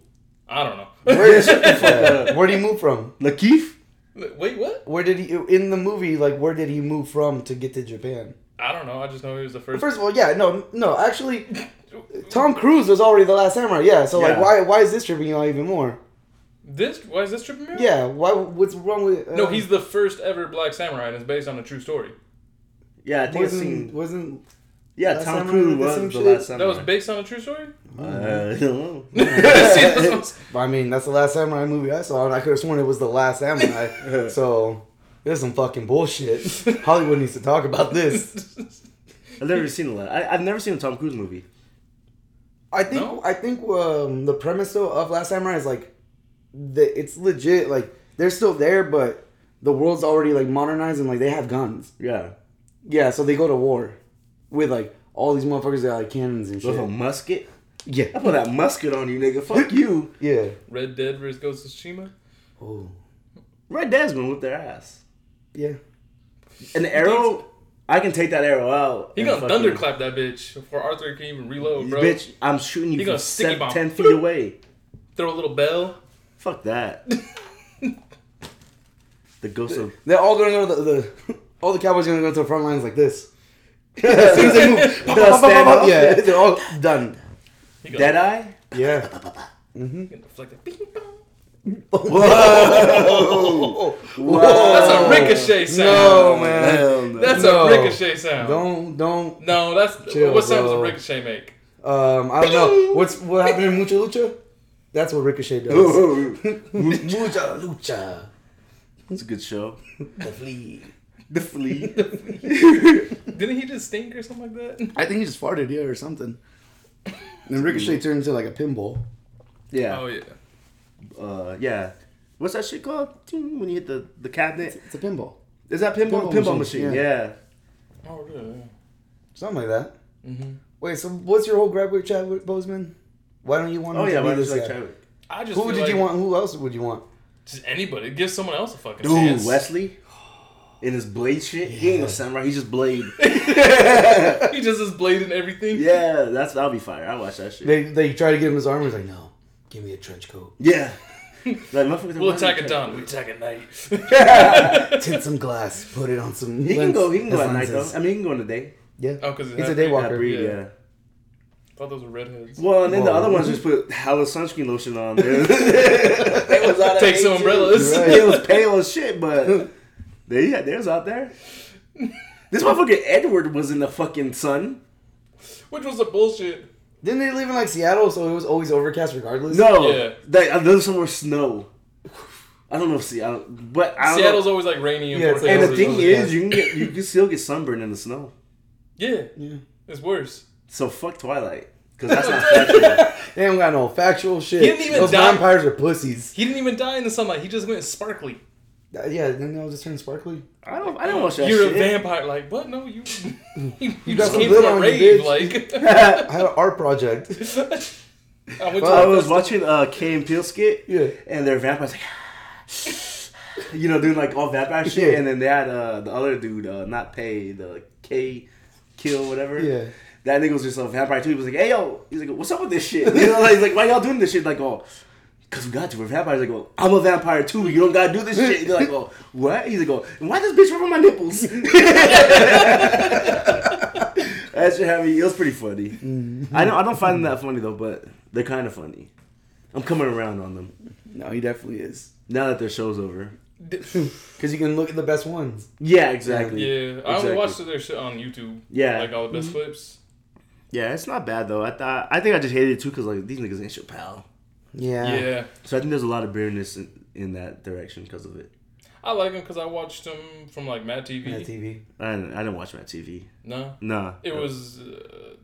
I don't know.
Where did where did he move from?
Lakeith.
Wait, what?
Where did he in the movie? Like where did he move from to get to Japan?
I don't know. I just know he was the first.
First of all, yeah, no, no. Actually, Tom Cruise was already the last samurai. Yeah, so like
Yeah.
why why is this tripping you out even more?
This why is this tripping me? out?
Yeah, why what's wrong with? Uh,
No, he's the first ever black samurai, and it's based on a true story.
Yeah, I think I've
wasn't
seen.
wasn't
Yeah,
Last
Tom
Samurai
Cruise
did the
was the
same shit?
last time.
That was based on a true story.
Uh, I don't
See,
know.
that's what I'm s-
I mean, that's the last samurai movie I saw, and I could have sworn it was the last samurai. so, there's some fucking bullshit. Hollywood needs to talk about this.
I've never seen a lot. I, I've never seen a Tom Cruise movie.
I think
No?
I think um, the premise though of Last Samurai is like, the, it's legit. Like they're still there, but the world's already like modernized and like they have guns.
Yeah,
Yeah, so they go to war with like all these motherfuckers that got like cannons and
with a
shit.
musket. I
Yeah,
put that musket on you, nigga. Fuck you.
yeah.
Red Dead vs Ghost of Tsushima.
Oh,
Red Desmond with their ass.
yeah.
An arrow. I can take that arrow out.
He
and
gonna
fucking-
thunderclap that bitch before Arthur can even reload, bro.
Bitch, I'm shooting
He
you
gonna
from
sticky
seven,
bomb.
ten feet away.
Throw a little bell.
Fuck that. the ghost of
They're all gonna go to the, the all the cowboys gonna go to the front lines like this. as soon as they move, pop, pop, pop, pop, pop, yeah, they're all done.
He gonna,
Deadeye.
Yeah.
he gonna deflect it. Bing, bong.
Whoa.
That's a ricochet sound.
No, man.
Hell no.
Oh, That's
Oh, No.
a ricochet sound.
Don't don't.
No, that's
Chill,
what sound does a
bro.
ricochet make?
Um, I don't know what's what happened in Mucha Lucha. That's what Ricochet does. Mucha Lucha.
That's a good show.
The flea.
The flea.
Didn't he just stink or something like that?
I think he just farted, yeah, or something. And Ricochet turned into like a pinball.
yeah.
Oh yeah.
Uh, yeah. What's that shit called? Ting, When you hit the, the cabinet.
It's a pinball,
Is that pinball?
Pinball
Pinball,
machine,
machine.
yeah.
Yeah.
Oh yeah.
something like that.
Mm-hmm.
Wait, so what's your whole gripe with Chadwick Boseman? Why don't you want? Him
Oh yeah.
to be
Why
this
does like
guy?
Chadwick?
I just
Who
feel
did
like
you want? Who else would you want?
Just anybody. Give someone else a fucking
Dude,
chance.
Wesley. in his blade shit. He ain't no samurai. He's just blade.
he just is blading everything.
yeah, that's that'll be fire. I watch that shit.
They they try to give him his armor. He's like, no, give me a trench coat.
yeah. Like, motherfucker,
We'll
why
attack
you
at
can't-
dawn. We attack at night.
Tint some glass. Put it on some.
He can
lens-
go. He can go at night though.
lenses.
I mean, he can go in the day.
Yeah.
Oh, 'cause it
it's
has-
a day
That
walker.
breed,
Yeah.
yeah.
thought those were redheads.
Well, and then the
Whoa.
other ones just put hella sunscreen lotion on. Dude. They was out of
Take some
age, too.
umbrellas.
Right. It was pale as shit, but they yeah, there's out there. This motherfucker Edward was in the fucking sun.
Which was a bullshit.
Didn't they live in like Seattle, so it was always overcast regardless?
No,
Yeah.
that uh, there's somewhere snow. I don't know if Seattle, but I don't
Seattle's
Know.
always like rainy and
Yeah, it's
forecast.
like
And the
always
thing
overcast.
is, you can get you can still get sunburned in the snow.
yeah,
Yeah.
it's worse.
So fuck Twilight, because that's not factual.
They don't got no factual shit.
He didn't even
Those
die.
vampires are pussies.
He didn't even die in the sunlight. He just went sparkly.
Uh, Yeah, then they'll just turn sparkly.
I don't. I don't watch that
You're
shit.
a vampire. Like, what? No, you. You,
got
just
some
came
glitter
from a
on you,
rave.
bitch.
Like,
I had an art project.
I went
I
to the
was watching a Key and Peele skit,
Yeah.
and their vampires like, you know, doing like all vampire shit,
Yeah.
and then they had uh, the other dude, uh, not pay the K, kill whatever.
Yeah.
that nigga was just a vampire too. He was like, "Hey yo," he's like, "What's up with this shit?" You know, like, he's like why y'all doing this shit? Like, oh, cause we got to. We're vampires. Like, oh, I'm a vampire too. You don't gotta do this shit. They're like, oh, what? He's like, oh, and why this bitch rubbing my nipples? that shit had me. It was pretty funny. I don't. I don't find them that funny though, but they're kind of funny. I'm coming around on them
No, he definitely is.
now that their show's over.
Because you can look at the best ones.
Yeah, exactly.
Yeah, I
Exactly.
only watched their shit on YouTube.
Yeah.
like all the best clips.
Yeah, it's not bad though. I thought. I think I just hated it too because like these niggas ain't your pal.
Yeah.
Yeah,
So I think there's a lot of bitterness in, in that direction because of it.
I like them because I watched them from like Matt TV.
On TV.
I didn't, I didn't watch Matt TV.
No,
Nah.
it was uh,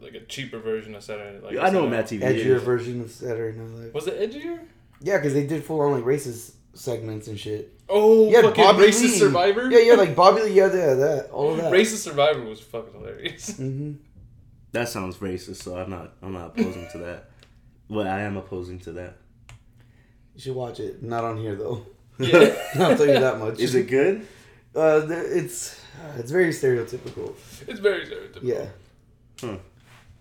like a cheaper version of Saturday. Night- Like
I know what Matt
Saturday
TV
Edgier
is.
version of Saturday Night Live.
Was it edgier?
Yeah, because they did full on like racist segments and shit.
Oh,
Yeah,
fucking
Bobby
racist
Lee.
survivor.
Yeah, yeah, like Bobby Lee, yeah, yeah, that, all of that.
Racist Survivor was fucking hilarious.
hmm
That sounds racist, so I'm not I'm not opposing to that. But I am opposing to that.
You should watch it. Not on here though.
Yeah,
I'll tell you that much.
Is it good?
Uh, th- it's uh, it's very stereotypical.
it's very stereotypical.
Yeah,
I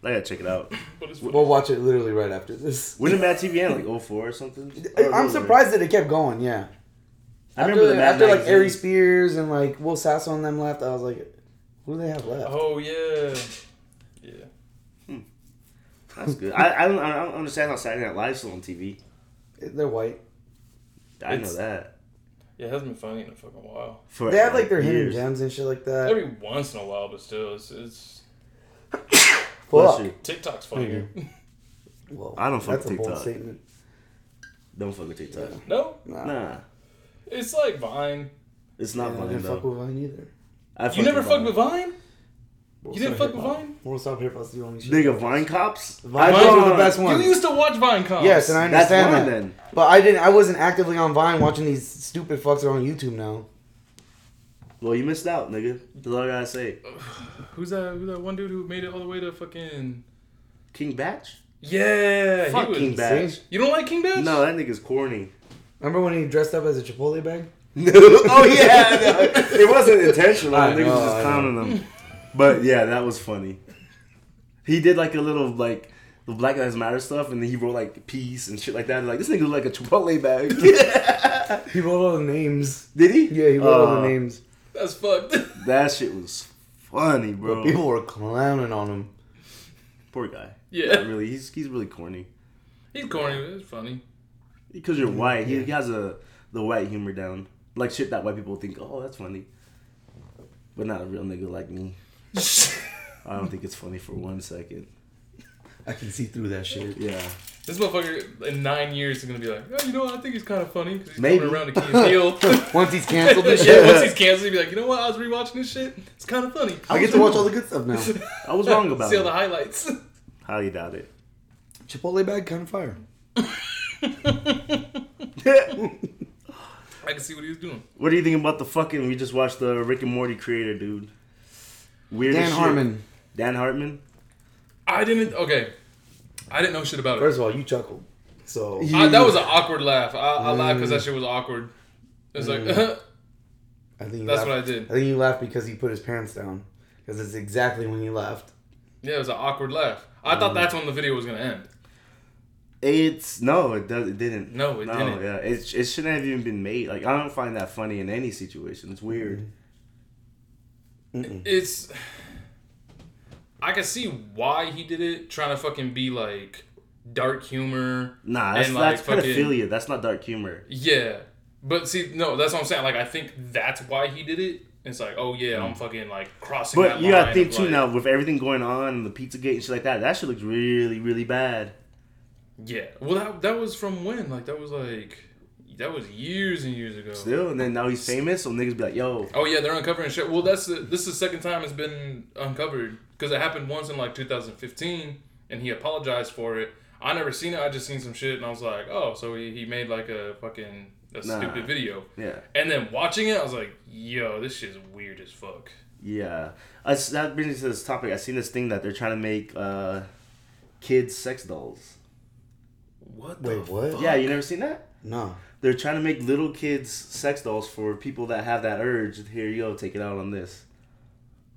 gotta check it out.
but it's
we'll watch it literally right after this.
When did Matt TV end? Like 04 or something?
I-
Or
I'm
earlier?
surprised that it kept going. Yeah,
I remember
after,
the Matt
after like
magazine.
Ari Spears and like Will Sasso and them left. I was like, who do they have left?
oh yeah, yeah.
That's good. I, I, don't, I don't understand how Saturday Night Live's still on TV.
They're white.
I know
It's-
that.
Yeah, it hasn't been funny in a fucking while.
For
They have like their hidden
years.
gems and shit like that.
Every once in a while, but still, it's, it's
Fuck.
Bless you.
TikTok's funnier.
Whoa,
I don't fuck
That's a
with
bold
TikTok.
statement.
Don't fuck with TikTok.
no,
Nah,
Nah.
it's like Vine.
It's
yeah,
not
I
funny
didn't fuck
though.
with Vine either.
I
You never fucked
Vine.
with Vine? You didn't
Stop
fuck with
Hip Hop.
Vine?
World Stop Hip Hop's the only shit.
Nigga, Vine Cops?
Vine
I
Cops
don't-
are the best one.
You used to watch Vine comps.
Yes, and I
That's
understand
Vine
that.
then.
But I didn't. I wasn't actively on Vine watching these stupid fucks that are on YouTube now.
Well, you missed out, nigga. That's all I gotta say.
Who's that? Who's that one dude who made it all the way to fucking?
King Batch?
Yeah,
Fuck
he
King
was.
Batch.
You don't like King Batch?
No, that nigga's corny.
Remember when he dressed up as a Chipotle bag?
oh yeah, no. it wasn't intentional.
I
I niggas
know,
was just
I
clowning them. But yeah, that was funny. He did like a little like the Black Lives Matter stuff, and then he wrote like peace and shit like that. Like this nigga look like a Chipotle bag.
He wrote all the names.
did he?
Yeah, he wrote all
Uh,
the names.
that's fucked.
That shit was funny, bro.
People were clowning on him.
Poor guy.
Yeah.
Not really. He's he's really corny.
He's corny. but It's funny.
Because you're white, he, he has a the white humor down. Like shit that white people think, oh, that's funny. But not a real nigga like me. I don't think it's funny for one second.
I can see through that shit.
Yeah.
This motherfucker in nine years is gonna be like, oh, you know, what? I think he's kind of funny because he's
Maybe.
coming around to Key and Peele.
Once he's canceled this
yeah,
shit,
once he's canceled, he'd be like, you know what? I was rewatching this shit. It's kind of funny.
I get to watch all the good stuff now.
I was wrong about
See all the
it.
highlights.
How you doubt it?
Chipotle bag, kind of fire.
I can see what he was doing.
what do you think about the fucking? We just watched the Rick and Morty creator, dude. Weird. as
Dan
shit.
Harmon.
Dan Hartman.
I didn't. Okay, I didn't know shit about it.
First of all, you chuckled. So
Ah, I, that was an awkward laugh. I, I laughed because that shit was awkward. It was like,
I think you
That's
left-
what I did.
I think you left because he put his pants down. Because it's exactly when he left.
Yeah, it was an awkward laugh. I thought that's when the video was gonna end.
It's no, it does. It didn't.
No, it didn't.
Yeah, it, it shouldn't have even been made. Like I don't find that funny in any situation. It's weird.
Mm-hmm.
It's. I can see why he did it, trying to fucking be like dark humor.
Nah, that's,
And, like,
that's
fucking-
pedophilia. That's not dark humor.
Yeah, but see, no, that's what I'm saying. Like, I think that's why he did it. It's like, oh yeah, I'm fucking like crossing.
But
that
you gotta
line
think
of,
too
like-
now with everything going on and the PizzaGate and shit like that. That shit looks really, really bad.
Yeah, well, that that was from when? Like, that was like, that was years and years ago.
Still, and then now he's famous, so niggas be like, "Yo,
Oh yeah, they're uncovering shit. Well, that's the, this is the second time it's been uncovered because it happened once in like 2015, and he apologized for it. I never seen it. I just seen some shit, and I was like, oh, so he, he made like a fucking a
Nah.
stupid video.
yeah,
And then watching it, I was like, yo, this shit's weird as fuck.
yeah." I, that brings me to this topic. I seen this thing that they're trying to make uh, kids sex dolls.
What? The
Wait, what?
Yeah, you never seen that?
No.
They're trying to make little kids sex dolls for people that have that urge. Here you go, take it out on this.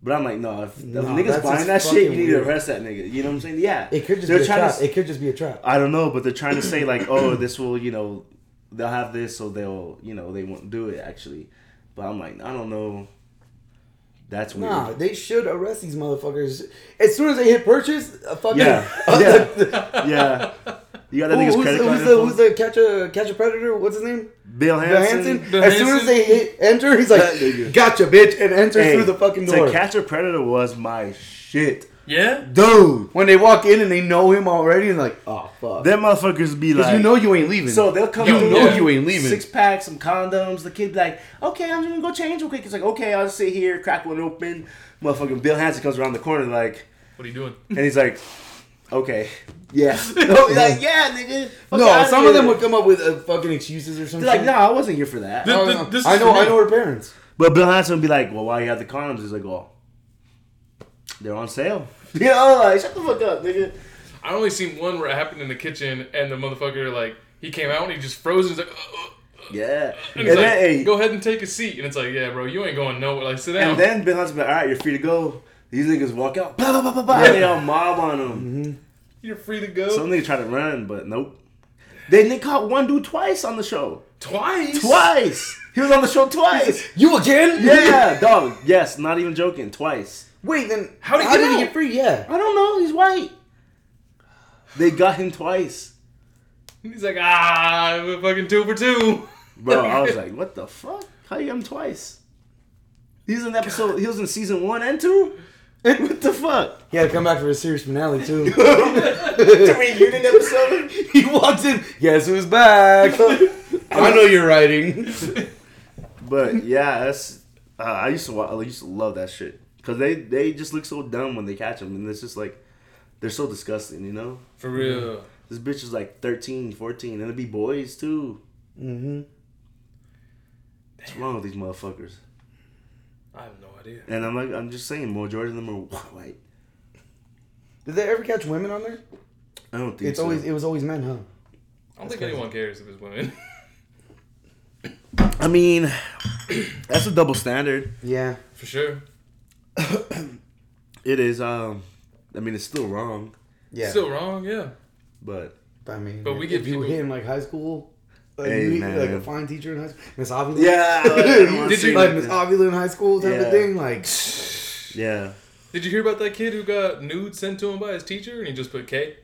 But I'm like, no, if,
No,
if
that's
niggas
just
buying that shit, you
fucking
need
weird.
to arrest that nigga. You know what I'm saying? Yeah,
It could just
They're
be a
trying
trap.
to-
It could just be a trap.
I don't know, but they're trying to say like, oh, this will, you know, they'll have this, so they'll, you know, they won't do it actually. But I'm like, I don't know. That's weird.
Nah, they should arrest these motherfuckers as soon as they hit purchase. A fucking
Yeah. Yeah. yeah. You got that
Who-
nigga's
who's,
credit
the,
card.
who's, the,
info?
who's the catch
uh,
a catch a predator? What's his name?
Bill
Bill
Hansen.
Hanson.
Bill
as soon as
Hansen.
they hit enter, he's like,
That nigga.
"Gotcha, bitch!" and enters
Hey,
through the fucking
To
door.
Catch a Predator was my shit.
Yeah?
Dude.
when they walk in and they know him already, and like, "Oh fuck,"
Them motherfuckers be
because
like.
you know you ain't leaving.
so they'll come
You
through
know
with
you ain't leaving.
Six packs, some condoms. The kid be like, okay, I'm just gonna go change real quick. It's like, okay, I'll sit here, crack one open. Motherfucking Bill Hansen comes around the corner, like,
What are you doing?
And he's like, okay. Yeah. No, he's like, yeah, nigga. Fuck
no,
outta
some of
here."
them would come up with uh, fucking excuses or something.
They're like, no, I wasn't here for that.
Th-
I, don't
th-
know.
this
I
is
know,
me.
I know her parents.
But Bill Hanson would be like, well, why you have the condoms? He's like, well, they're on sale. You know, like, shut the fuck up, nigga.
I only seen one where it happened in the kitchen, and the motherfucker, like, he came out and he just froze and he's like, "Uh, uh."
Yeah.
and
And,
he's like,
then, hey,
go ahead and take a seat. And it's like, yeah, bro, you ain't going nowhere. Like, sit down.
and then Bill Hanson be like, all right, you're free to go. These niggas walk out, blah, blah, blah, blah, blah. and They all mob on him.
You're free to go.
Some nigga try to run, but nope. Then they caught one dude twice on the show.
Twice?
Twice! He was on the show twice!
You again?
Yeah, dog. Yes, not even joking. Twice.
Wait, then
How did he get
did
out?
he get free? Yeah.
I don't know. He's white. They got him twice,
He's like, ah, we're fucking two for two.
bro. I was like, what the fuck? How you got him twice? He was in episode. He was in season one and two. what the fuck?
He had to come back for a serious finale too.
Three unit episode.
he walks in. Guess who's back? I know you're writing.
But yeah, that's. Uh, I used to. wa- I used to love that shit because they they just look so dumb when they catch them, and it's just like they're so disgusting, you know.
For real.
This bitch is like 13, 14, and it'd be boys too.
hmm
What's wrong with these motherfuckers?
I have no idea.
And I'm like, I'm just saying, majority of them are white.
Did they ever catch women on there?
I don't think
It's
so.
always it was always men, huh?
I don't think anyone cares if it's women.
I mean, that's a double standard.
Yeah.
for sure.
It is. Um, I mean, it's still wrong,
Yeah.
Still wrong, yeah.
but
I mean,
But we
if
get
you
people-
hit in like high school, like,
Hey,
you meet,
man.
like a fine teacher in high school, Miss Avila.
Yeah, I don't wanna
did
say
you like
that.
Miss Avila in high school type
Yeah.
of thing? Like,
yeah.
Did you hear about that kid who got nude sent to him by his teacher and he just put K?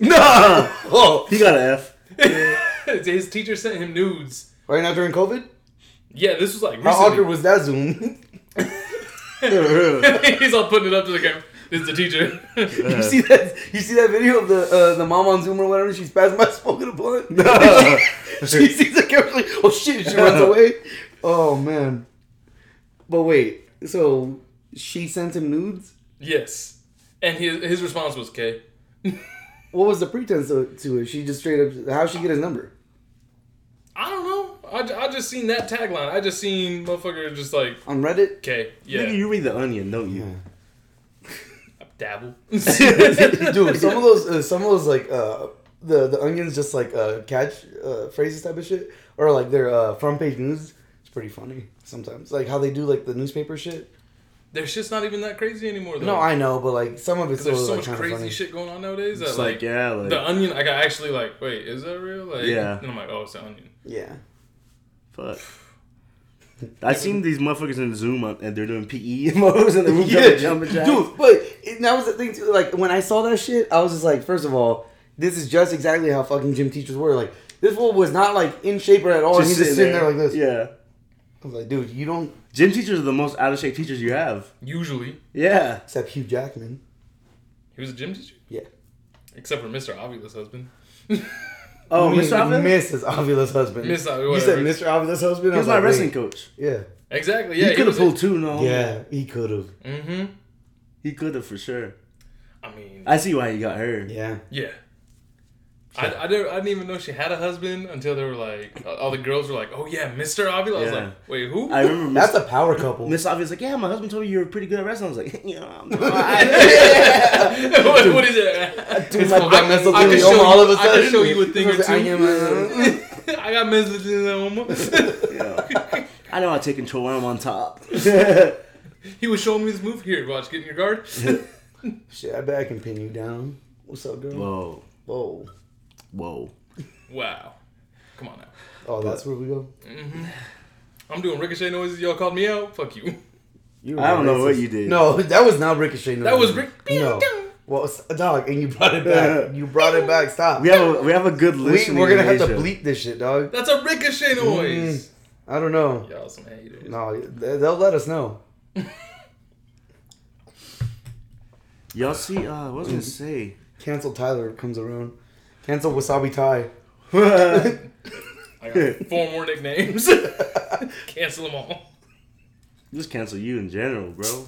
No,
oh,
he got an F.
his teacher sent him nudes.
right now during COVID,
Yeah, this was like
how awkward
recently.
was that Zoom?
He's all putting it up to the camera. This is the teacher.
you see that? You see that video of the uh, the mom on Zoom or whatever? She's passing by smoking a blunt. she sees the camera. Like, oh shit! She runs away. Oh man. But wait, so she sent him nudes.
yes. And his, his response was K.
What was the pretense to, to it? She just straight up. How would she get his number?
I don't know. I, ju- I just seen that tagline. I just seen motherfucker just like
On Reddit.
K.
Nigga,
Yeah.
you read the Onion, don't you?
Dabble.
dude. Some of those, uh, some of those, like uh, the the onions, just like uh, catch uh, phrases type of shit, or like their uh, front page news pretty funny sometimes. Like how they do like the newspaper shit.
Their shit's not even that crazy anymore, though.
No, I know, but like some of it's
'Cause there's so
like,
much
kind
crazy
of funny.
shit going on nowadays. That,
It's
like,
like, yeah, like
the onion. Like I actually like. Wait, is that real? Like,
Yeah.
And I'm like, oh, it's the onion.
Yeah.
fuck. I seen these motherfuckers in Zoom on, and they're doing E PE moves and they're jumping, jumping jacks.
dude. But it, that was the thing too. Like when I saw that shit, I was just like, first of all, this is just exactly how fucking gym teachers were. Like this fool was not like in shape or at all. and oh, he's just sitting there. like this.
Yeah.
I was like, dude, you don't
Gym teachers are the most out of shape teachers you have.
Usually,
Yeah.
except Hugh Jackman.
he was a gym teacher,
Yeah.
except for Mr. Ovula's husband.
Oh,
You mean
Mr. Alvin? He
Mrs. Ovula's husband.
Miss Ovi-
you said
whatever.
Mr. Ovula's husband. I
was
was
my
like,
wrestling
wait.
coach.
Yeah.
Exactly. Yeah.
he could have pulled two, no?
Yeah, he could have.
Mm-hmm.
He could have for sure.
I mean,
I see why he got hurt.
Yeah.
yeah. I, I, didn't, I didn't even know she had a husband until they were like, uh, all the girls were like, oh yeah, Mr. Ovula. I was
Yeah.
like, wait, who?
I remember Miss-
That's a power couple.
Miss Avi was like, "Yeah, my husband told me you were pretty good at wrestling." I was like, "Yeah, I'm not."
what, what is it?
Dude,
It's
my
cool.
back messed up
I, I
in
can
the
show you,
arm all of a
I can
sudden.
show you a thing or
I am,
two. I got messages in that
Yeah.
one.
I know I take control when I'm on top.
he was showing me this move here. Watch, get in your guard.
Shit, I bet I can pin you down. What's up, girl?
whoa,
Whoa.
whoa.
wow. Come on now. Mm-hmm.
Oh, that's where we go.
I'm doing ricochet noises. Y'all called me out. Fuck you.
You
I don't know what
racist.
you did.
No, that was not Ricochet. No,
That was Rick.
No. Well, s- dog, and you brought it back. You brought it back. Stop.
we
We,
have a we have a good listening.
we're gonna have to
ratio.
bleep this shit, dog.
That's a ricochet noise.
I don't know.
Y'all some haters.
Mm-hmm. No, they- they'll let us know.
Y'all see? Uh, what was I gonna say?
Cancel Tyler comes around. Cancel Wasabi Ty. Mm-hmm.
I got four more nicknames. Cancel them all.
Just cancel you in general, bro.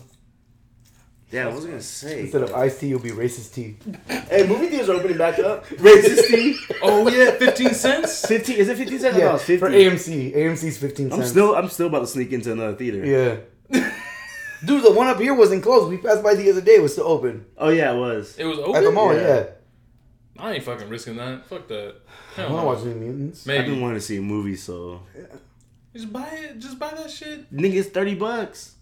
Yeah, what was I gonna say?
Instead of iced tea, you'll be racist tea.
Hey, movie theaters are opening back up. Racist tea.
Oh yeah, fifteen cents.
Fifteen? Is it fifteen cents? Yeah,
Yeah,
fifty.
for AMC. AMC's 15
I'm
cents.
still I'm still about to sneak into another theater.
Yeah. Dude, the one up here wasn't closed. We passed by the other day. It was still open.
Oh yeah, it was.
It was
At the
open.
mall,
Yeah.
yeah.
I ain't fucking risking that. Fuck that.
I
Hell
want to
no.
watch New Mutants.
I've been
Maybe
wanting to see a movie, so
just buy it. Just buy that shit.
nigga, it's thirty bucks.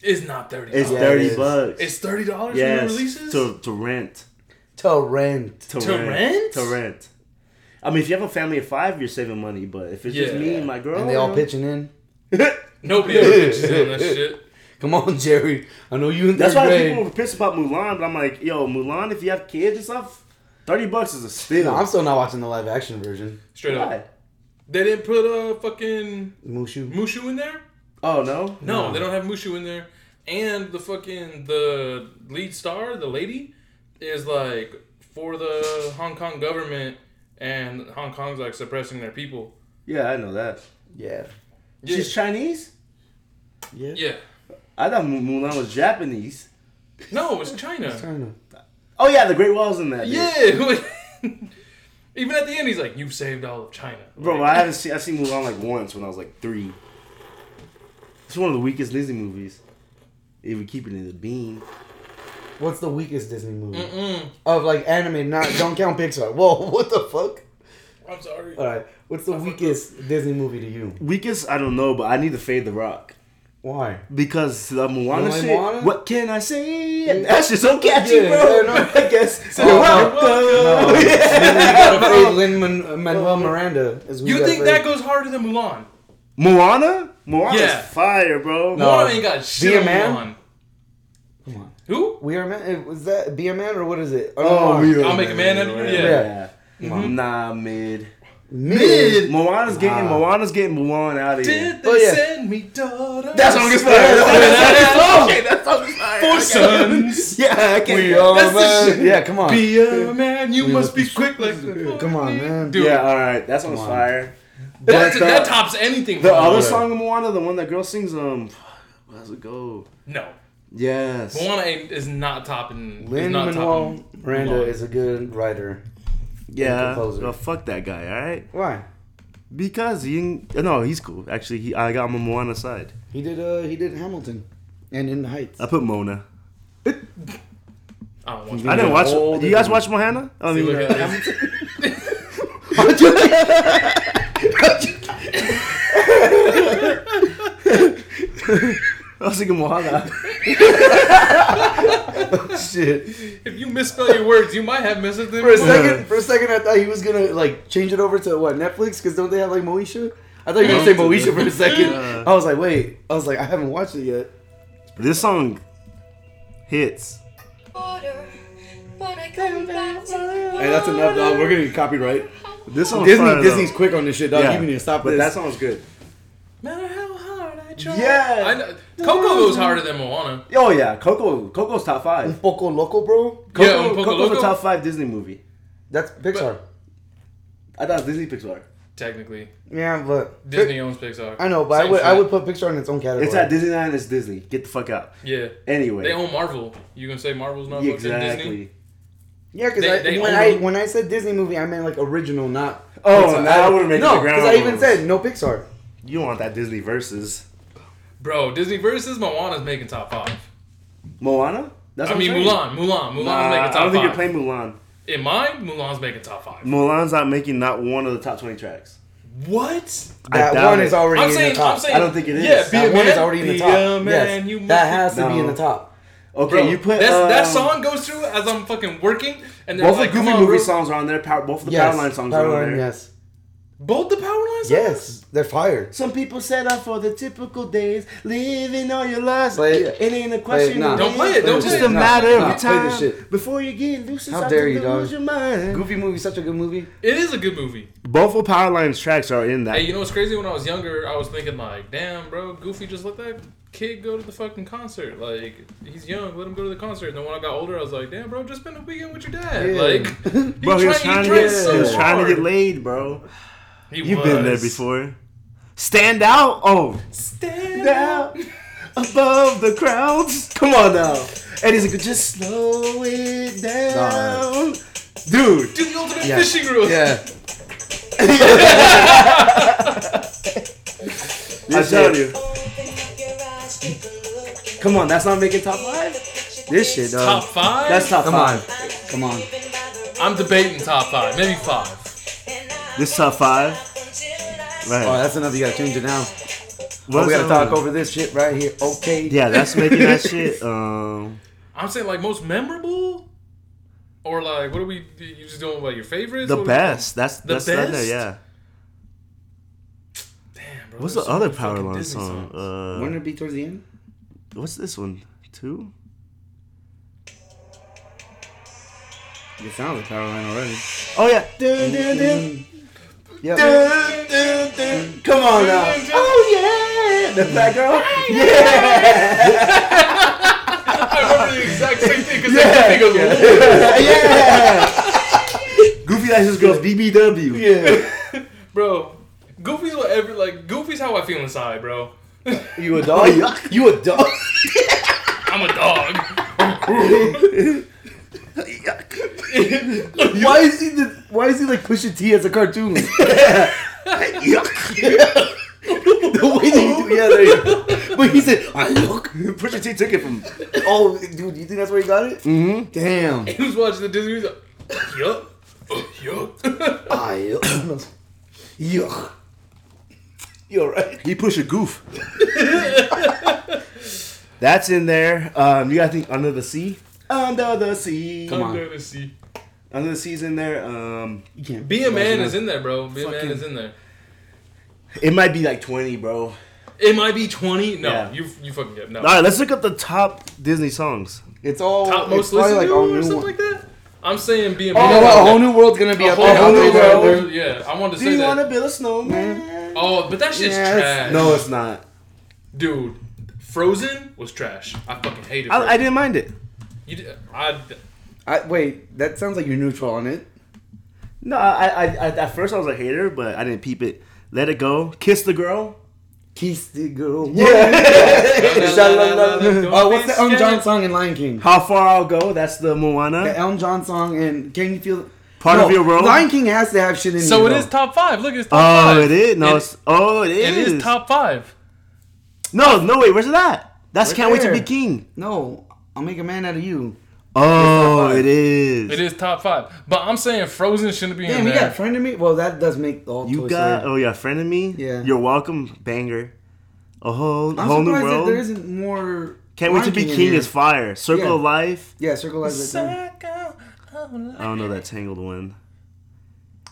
It's not thirty.
It's
Yeah, it
thirty
is.
bucks.
It's thirty dollars
yes,
for new releases.
to to rent.
To rent.
To,
To rent?
To rent. I mean, if you have a family of five, you're saving money. But if it's just
Yeah.
me and my girl,
And they all
you know.
pitching in.
Nobody ever pitches in on that shit.
Come on, Jerry. I know you in third
That's why
grade.
people were pissed about Mulan. But I'm like, yo, Mulan. If you have kids and stuff, thirty bucks is a steal.
No, I'm still not watching the live action version.
Straight
Why?
up. They didn't put a fucking
Mushu.
Mushu in there.
Oh no,
No, they don't have Mushu in there. And the fucking the lead star, the lady, is like for the Hong Kong government, and Hong Kong's like suppressing their people.
Yeah, I know that.
Yeah.
Yeah,
She's Chinese.
Yeah.
yeah.
I thought Mu- Mulan was Japanese.
No, it's China.
China.
Oh yeah, the Great Wall's in that. bitch.
Yeah. Even at the end, he's like, "You've saved all of China."
bro. I haven't seen. I seen Mulan like once when I was like three. It's one of the weakest Disney movies. If we keep it in the beam.
What's the weakest Disney movie?
Mm-mm.
Of like anime, not don't count Pixar. Whoa, what the fuck?
I'm sorry.
Alright. What's the weakest Disney movie to you?
Weakest, I don't know, but I need to fade the rock.
Why?
Because the Moana
Really,
shit.
Moana?
What can I say? That's just so catchy,
Yeah,
bro.
yeah, no, I guess.
So
Oh,
welcome.
No. you gotta play Lin uh, Manuel Miranda as we
You
gotta
think
play.
that goes harder than Mulan?
Moana? Moana's
Yeah.
fire, bro.
No.
Mulan ain't got shit.
Be a
on
man?
Mulan.
Come on.
Who?
We are man. Was that be a man or what is it?
Oh, we
I'll make a man out of you,
yeah. Mm-hmm.
Nah, mid.
mid.
Moana's getting
Nah.
Moana's getting Mulan out of here.
Did they
Oh, yeah.
send me daughter?
That song is fire.
Yeah.
That song is fire.
Four sons.
Yeah, I can't.
We are
That's the
man.
shit.
Yeah, come on.
Be a man. You
We
must
must
be
be
quick like the
Come on, man.
Dude,
Yeah, all right. That song's
Come on.
fire.
that,
But,
that
uh,
tops anything.
The
from
other
Mulan.
song of Moana, the one that girl sings, um, how's it go?
No,
Yes.
Moana ain't- is not topping. is
Lin
not
Manuel
topping
Miranda
Mulan.
is a good writer.
Yeah.
composer.
Well, fuck that guy. All right.
Why?
Because he uh, no, he's cool. Actually, he I got him on Moana's side.
He did. Uh, he did Hamilton, and In the Heights.
I put Mona.
I don't want
I didn't
Yeah,
watch.
all
You guys
different.
watch Moana? I
See,
mean,
look
uh,
at this.
I was thinking Mojaga.
Shit.
If you misspell your words, you might have missed
For a
it.
second, for a second, I thought he was gonna like change it over to what Netflix? Because don't they have like Moesha? I thought you were gonna say
No.
Moesha for a second.
Yeah.
I was like, wait. I was like, I haven't watched it yet.
This song hits.
water, but I come back to
Hey, that's enough, dog. We're gonna get copyright.
This song
Disney,
fire, though.
Disney's quick on this shit, dog.
Yeah.
You need to stop
But
this.
that song's good.
matter how hard I try.
Yeah.
I know. Coco goes harder than Moana.
Oh yeah, Coco. Coco's top five.
Poco Loco, bro.
Yeah,
Coco,
Un Poco
Coco's
Loco?
a top five Disney movie.
That's Pixar.
I thought it was Disney Pixar.
Technically,
yeah, but
Disney owns Pixar.
I know, but I
Same
would I
shit.
would put Pixar in its own category.
It's at Disneyland. It's Disney. Get the fuck out.
Yeah.
Anyway,
They own Marvel. You gonna say Marvel's not
Yeah,
fucking Disney?
exactly.
yeah, because
They- they
when
own
I
them.
when I said Disney movie, I meant like original, not.
Oh,
Pixar.
now we're making
no,
the ground
because I even
rules.
said no Pixar.
You want that Disney versus
Bro, Disney versus Moana's making top five.
Moana? That's
I
what
mean
I'm saying.
Mulan. Mulan. Mulan's
Nah,
making top
I don't think
five.
you're playing Mulan.
In mine, Mulan's making top five.
Mulan's not making not one of the top twenty tracks.
What?
I
That
doubt
one
it.
is already
I'm
in
saying.
the top.
I'm saying.
I don't think it is.
Yeah, be
that
a
one
man.
is already in the
Be
top.
a man.
yes.
You must
that
be-
has to be in
No.
the top.
Okay,
Bro,
you put
that's, that
um,
song goes through as I'm fucking working, and they're
Both
like,
the Goofy
"Come on,
Movie
bro."
songs are on there. Power, both of the
Yes,
Power Line songs
Power
are on
Line,
there.
Yes,
Both the power lines. are-
yes, they're fired.
Some people set up for the typical days, living all your lives.
Play
It
it.
ain't a question.
Nah,
of
Don't
days.
play it, don't
It's
play
just
it.
a
Nah,
matter
nah,
of
play
time
this shit.
before you get loose.
How
inside
dare
to
you, dog.
lose your mind.
Goofy movie, such a good movie.
It is a good movie.
Both of Power Line's tracks are in that.
Hey, you know what's crazy? When I was younger, I was thinking like, "Damn, bro, Goofy just let that kid go to the fucking concert. Like, he's young, let him go to the concert." And then when I got older, I was like, "Damn, bro, just spend a weekend with your dad."
Yeah.
Like, he
bro, he was trying, to
tried
get, he was trying to
hard.
get laid, bro.
He
You've been there
was.
before. Stand out. Oh,
Stand
stand
up.
out above the crowds. Come on now. And he's like, just slow it down, dude.
Do the ultimate
Yeah.
fishing rules.
Yeah,
I tell you.
Come
Come on, that's not making top five. This shit, dog.
Top five.
That's top
come on,
five.
come on.
I'm debating top five, maybe five.
This top five. Right.
Oh, that's enough. You gotta change it now.
What
we
was
gotta
that
talk
one?
over this shit right here. Okay.
Yeah, that's making that shit. Um,
I'm saying like most memorable, or like what are we? You just doing like your favorites?
the
What are we
best. That's
The
that's down there.
best?
Yeah.
doing? Damn, bro.
What's the
there's so
other
many
Power
fucking
Line
Disney
song?
songs.
Uh,
Wouldn't it be towards the end?
what's this one? Two.
It sounds like Power Line already.
Oh yeah. Mm-hmm. Dun, dun, dun.
Mm. Yeah.
Dun, dun, dun. Come on now. Oh yeah. The black girl. Yeah. Uh,
I remember the exact same thing because I could think of Lulu.
Yeah. Oh, Goofy likes his girls BBW.
Yeah.
bro. Goofy's what every like Goofy's how I feel inside, bro.
You a dog? You a dog?
I'm a dog.
why is he the, Why is he like Pusha T as a cartoon? the
Yuck.
way that you do, yeah, there you go. But he said, "I look."
Pusha T took it from.
Oh, dude, you think that's where he got it?
Mm-hmm.
Damn.
He was watching the Disney. He's like, yup, oh, yup.
I Yuck. You're right.
He pushed a goof. That's in there. Um, you gotta think under the sea. Under the sea.
Come on.
Under the sea.
Under the sea's in there. Um,
You can't
Be a man is in there, bro. Be a man
Fucking-
is in there.
it might be like twenty, bro.
It might be twenty. No,
Yeah.
you you fucking get no. Uh,
All right, let's look up the top Disney songs.
It's all
top
it's
most
probably
listened
like
to
all
or
new.
something
one-
like that. I'm saying being.
Oh,
being
well, a whole new world's gonna be
A
up
whole,
there.
a whole
new
new
world.
world. Yeah, I wanted to
Do
say
you
that.
want to build a snowman?
Oh, but that shit's
Yeah,
trash.
No, it's not.
dude, Frozen was trash. I fucking hated.
I, I
Frozen.
didn't mind it.
You did, I,
I, wait, that sounds like you're neutral on it.
No, I, I, I at first I was a hater, but I didn't peep it. Let it go. Kiss the girl.
Kiss the girl. Yeah.
Don't
uh, what's
be
the Elton John
scared.
song in Lion King?
How far I'll go. That's the Moana.
The Elton John song and Can You Feel
Part of
No,
your world.
Lion King has to have shit in
So it
it though.
is top five. Look, it's top
oh,
five.
it is. No,
It-
it's, oh, it
it
is.
is top five.
No, no, wait. Where's that? That's
Right
can't wait to be
there.
king.
No, I'll make a man out of you.
Oh,
five.
it is.
It is top five. But I'm saying Frozen shouldn't be in
Damn, you
there.
got a friend of me? Well, that does make the whole
You
Toy
got.
Story.
Oh yeah, friend of me.
Yeah.
You're welcome, banger. a whole, a
I'm
whole new
surprised that
world.
there isn't more.
Can't wait to be
Lion in
king
here.
is fire. Circle
Yeah.
of life.
Yeah, Circle Life. Right there.
I don't know that tangled one.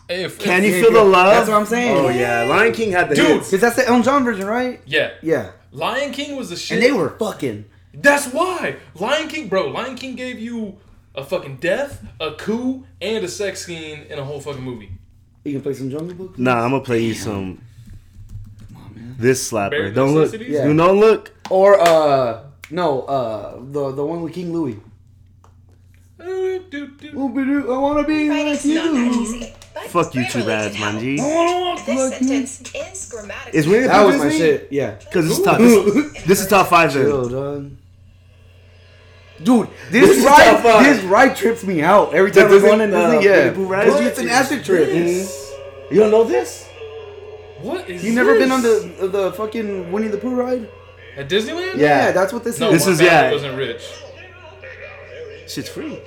If,
Can you
Yeah,
feel the
yeah.
love?
That's what I'm saying.
Oh yeah, Lion King had the
Dude.
hits.
Cause that's the Elton John version, right?
Yeah.
Yeah.
Lion King was the shit.
And they were fucking.
That's why Lion King, bro. Lion King gave you a fucking death, a coup, and a sex scene in a whole fucking movie.
You can play some Jungle Book.
Nah, I'm gonna play you some. This slapper.
Bare
don't look.
necessities?
Yeah.
Do not look.
Or uh, no, uh, the the one with King Louis.
Doo-doo-doo.
Ooby-doo, I wanna be like
Writing's not that
you.
easy, but
Fuck YouTube
Grammarly
ads,
can help.
man. G.
This
Fuck you.
sentence is grammatical.
It's weird.
That was my shit. Yeah.
Because this is top. This, this is top five. Then.
Chill, dog. Dude,
This
this,
is
ride,
tough, uh,
this ride trips me out every
The
time I'm
Disney-
going in
uh,
Disney. Yeah,
Peekaboo ride? Mm-hmm.
Dude, it's an acid trip.
You don't know this?
What is
You never
this?
been on the uh, the fucking Winnie the Pooh ride?
at Disneyland?
Yeah, that's what this
No,
is.
This
my
is-
family
yeah.
Wasn't rich.
Shit's free.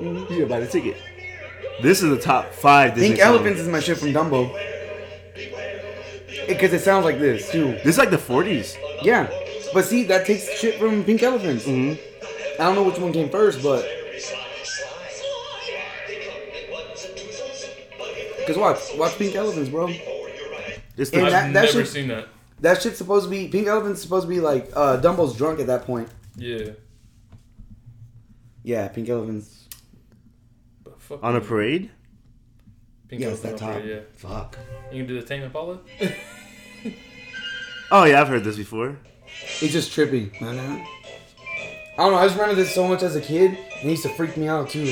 You can buy the ticket. This is the top five. Disney
Mm-hmm. Pink
songs.
Elephants is my shit from Dumbo. Because it sounds like this too.
This is like the 40s.
Yeah, but see, that takes shit from Pink Elephants.
Mhm.
I don't know which one came first, but because watch, watch Pink Elephants, bro.
It's
And
the,
that-
I've
that
never
shit-
seen that.
That shit's supposed to be Pink Elephant's supposed to be like uh, Dumbo's drunk at that point.
Yeah.
Yeah, Pink Elephants.
But fuck
on a
me.
parade.
Pink
Yeah, it's
elephant
that
on a
top.
parade,
Fuck.
Yeah. You can do the Tame Impala.
Oh yeah, I've heard this before.
It's just trippy. I don't know. I just remember this so much as a kid, and it used to freak me out too.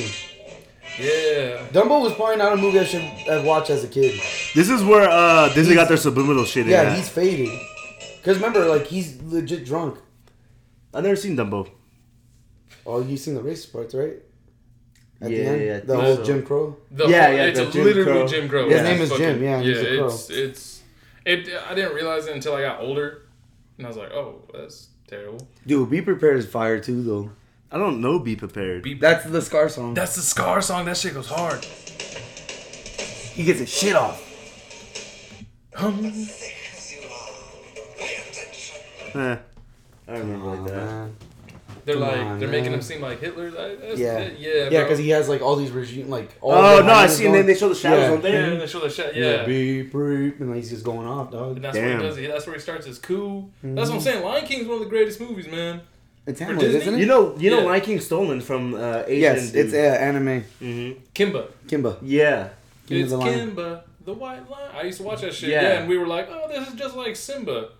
yeah.
Dumbo was probably not a movie I should have watched as a kid.
This is where uh Disney got their subliminal shit in.
Yeah,
at.
he's faded. Cause remember, like he's legit drunk.
I've never seen Dumbo.
Oh, you seen the race parts, right? At
Yeah,
the end,
yeah, I
the
think
whole
so.
Jim Crow.
The
Yeah,
whole-
yeah,
It's
the
a
Jim
literally
Crow.
Jim Crow.
His
It's
name is
fucking-
Jim, yeah,
Yeah.
he's a
It's it's. It. I didn't realize it until I got older, and I was like, oh, that's terrible.
Dude, be prepared is fire too, though.
I don't know. Be prepared.
Be-
That's the Scar song.
That's the Scar song. That shit goes hard.
he gets his shit off.
Hum.
Eh, I remember
Oh,
like that.
They're
Come
like
on,
they're making
man.
him seem like Hitler. Like, that's,
Yeah.
yeah,
Yeah,
bro.
because he has like all these regime, like all.
Oh
the
no, I
lines
seen
going-
them. They show the shadows
Yeah.
on
yeah,
there.
they show the shit.
Yeah,
Yeah,
be pre, and like, he's just going off, dog.
and that's
Damn.
what he does. He- That's where he starts his coup. That's
Mm-hmm.
what I'm saying. Lion King is one of the greatest movies, man.
It's
For Disney?
You know, you know,
Yeah.
Lion King stolen from uh, Asian.
yes,
dude.
it's uh, anime.
Mhm.
Kimba.
Kimba.
Yeah.
Kimba's
it's
the lion.
Kimba, the white lion. I used to watch that shit.
Yeah.
Yeah. and we were like, oh, this is just like Simba.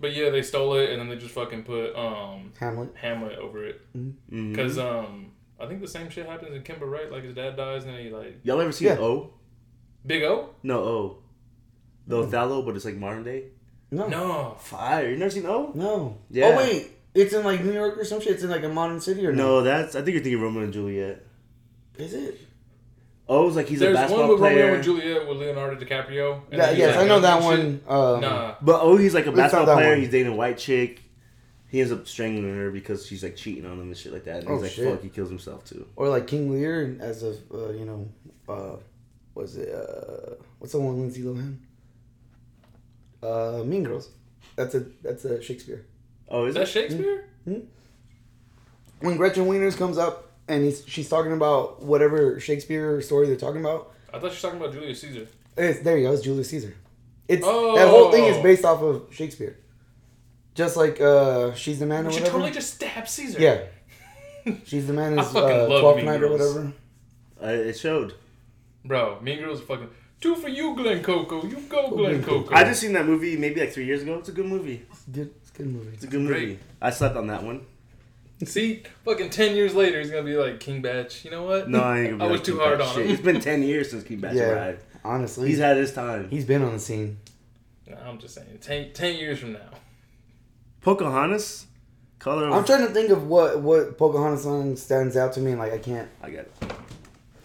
But yeah, they stole it and then they just fucking put um
Hamlet.
Hamlet over it
Mhm.
because um I think the same shit happens in Kimba, right? Like his dad dies and then he like
Y'all ever seen
Yeah.
O?
Big O.
No O. The
Mm-hmm.
Othello, but it's like modern day.
No. No.
No,
Fire. You never seen O? Yeah.
Oh wait, it's in like New York or some shit. It's in like a modern city or
No, that's. I think you're thinking Romeo and Juliet.
Is it?
O's like he's a
there's one
basketball
with
player.
Romeo and Juliet with Leonardo DiCaprio. and
Yeah,
then he's,
yes,
like,
I know that
young and
one. Um,
shit. Nah,
But oh, he's like a
It's not
basketball
that
player.
one.
He's dating a white chick. He ends up strangling her because she's like cheating on him and shit like that. And
Oh,
he's like,
shit.
fuck, he kills himself too.
Or like King Lear as a uh, you know, uh, was it uh, what's the one with Lindsay Lohan? Uh, mean Girls. That's a that's a Shakespeare.
Oh, is
is that
that?
Shakespeare?
When Gretchen Wieners comes up and he's she's talking about whatever Shakespeare story they're talking about.
I thought you were talking about Julius Caesar.
It's, there you go. It's Julius Caesar. It's that whole thing is
Oh.
based off of Shakespeare. Just like uh, she's the man or
She
whatever.
totally just stabbed Caesar.
yeah. She's the man
I
is
fucking
uh,
love
Twelfth
Mean
Night or
Girls.
whatever.
Uh, it showed.
bro. Mean Girls are fucking two for you, Glenn Coco. You go,
Oh, Glenn
Glenn Coco.
I just seen that movie maybe like three years ago. It's a good movie.
It's a good, it's a good movie.
It's a good movie.
Great.
I slept on that one.
See, fucking ten years later, he's gonna be like King Batch. You know what?
No, I ain't gonna be
I was
like,
too
King
hard
Batch.
on
Shit,
him.
It's been ten years since King Batch
Yeah.
arrived.
Honestly,
He's had his time.
he's been on the scene.
Nah, I'm just saying, ten, 10 years from now.
Pocahontas, color. Of,
I'm trying to think of what what Pocahontas song stands out to me, and like I can't.
I got it.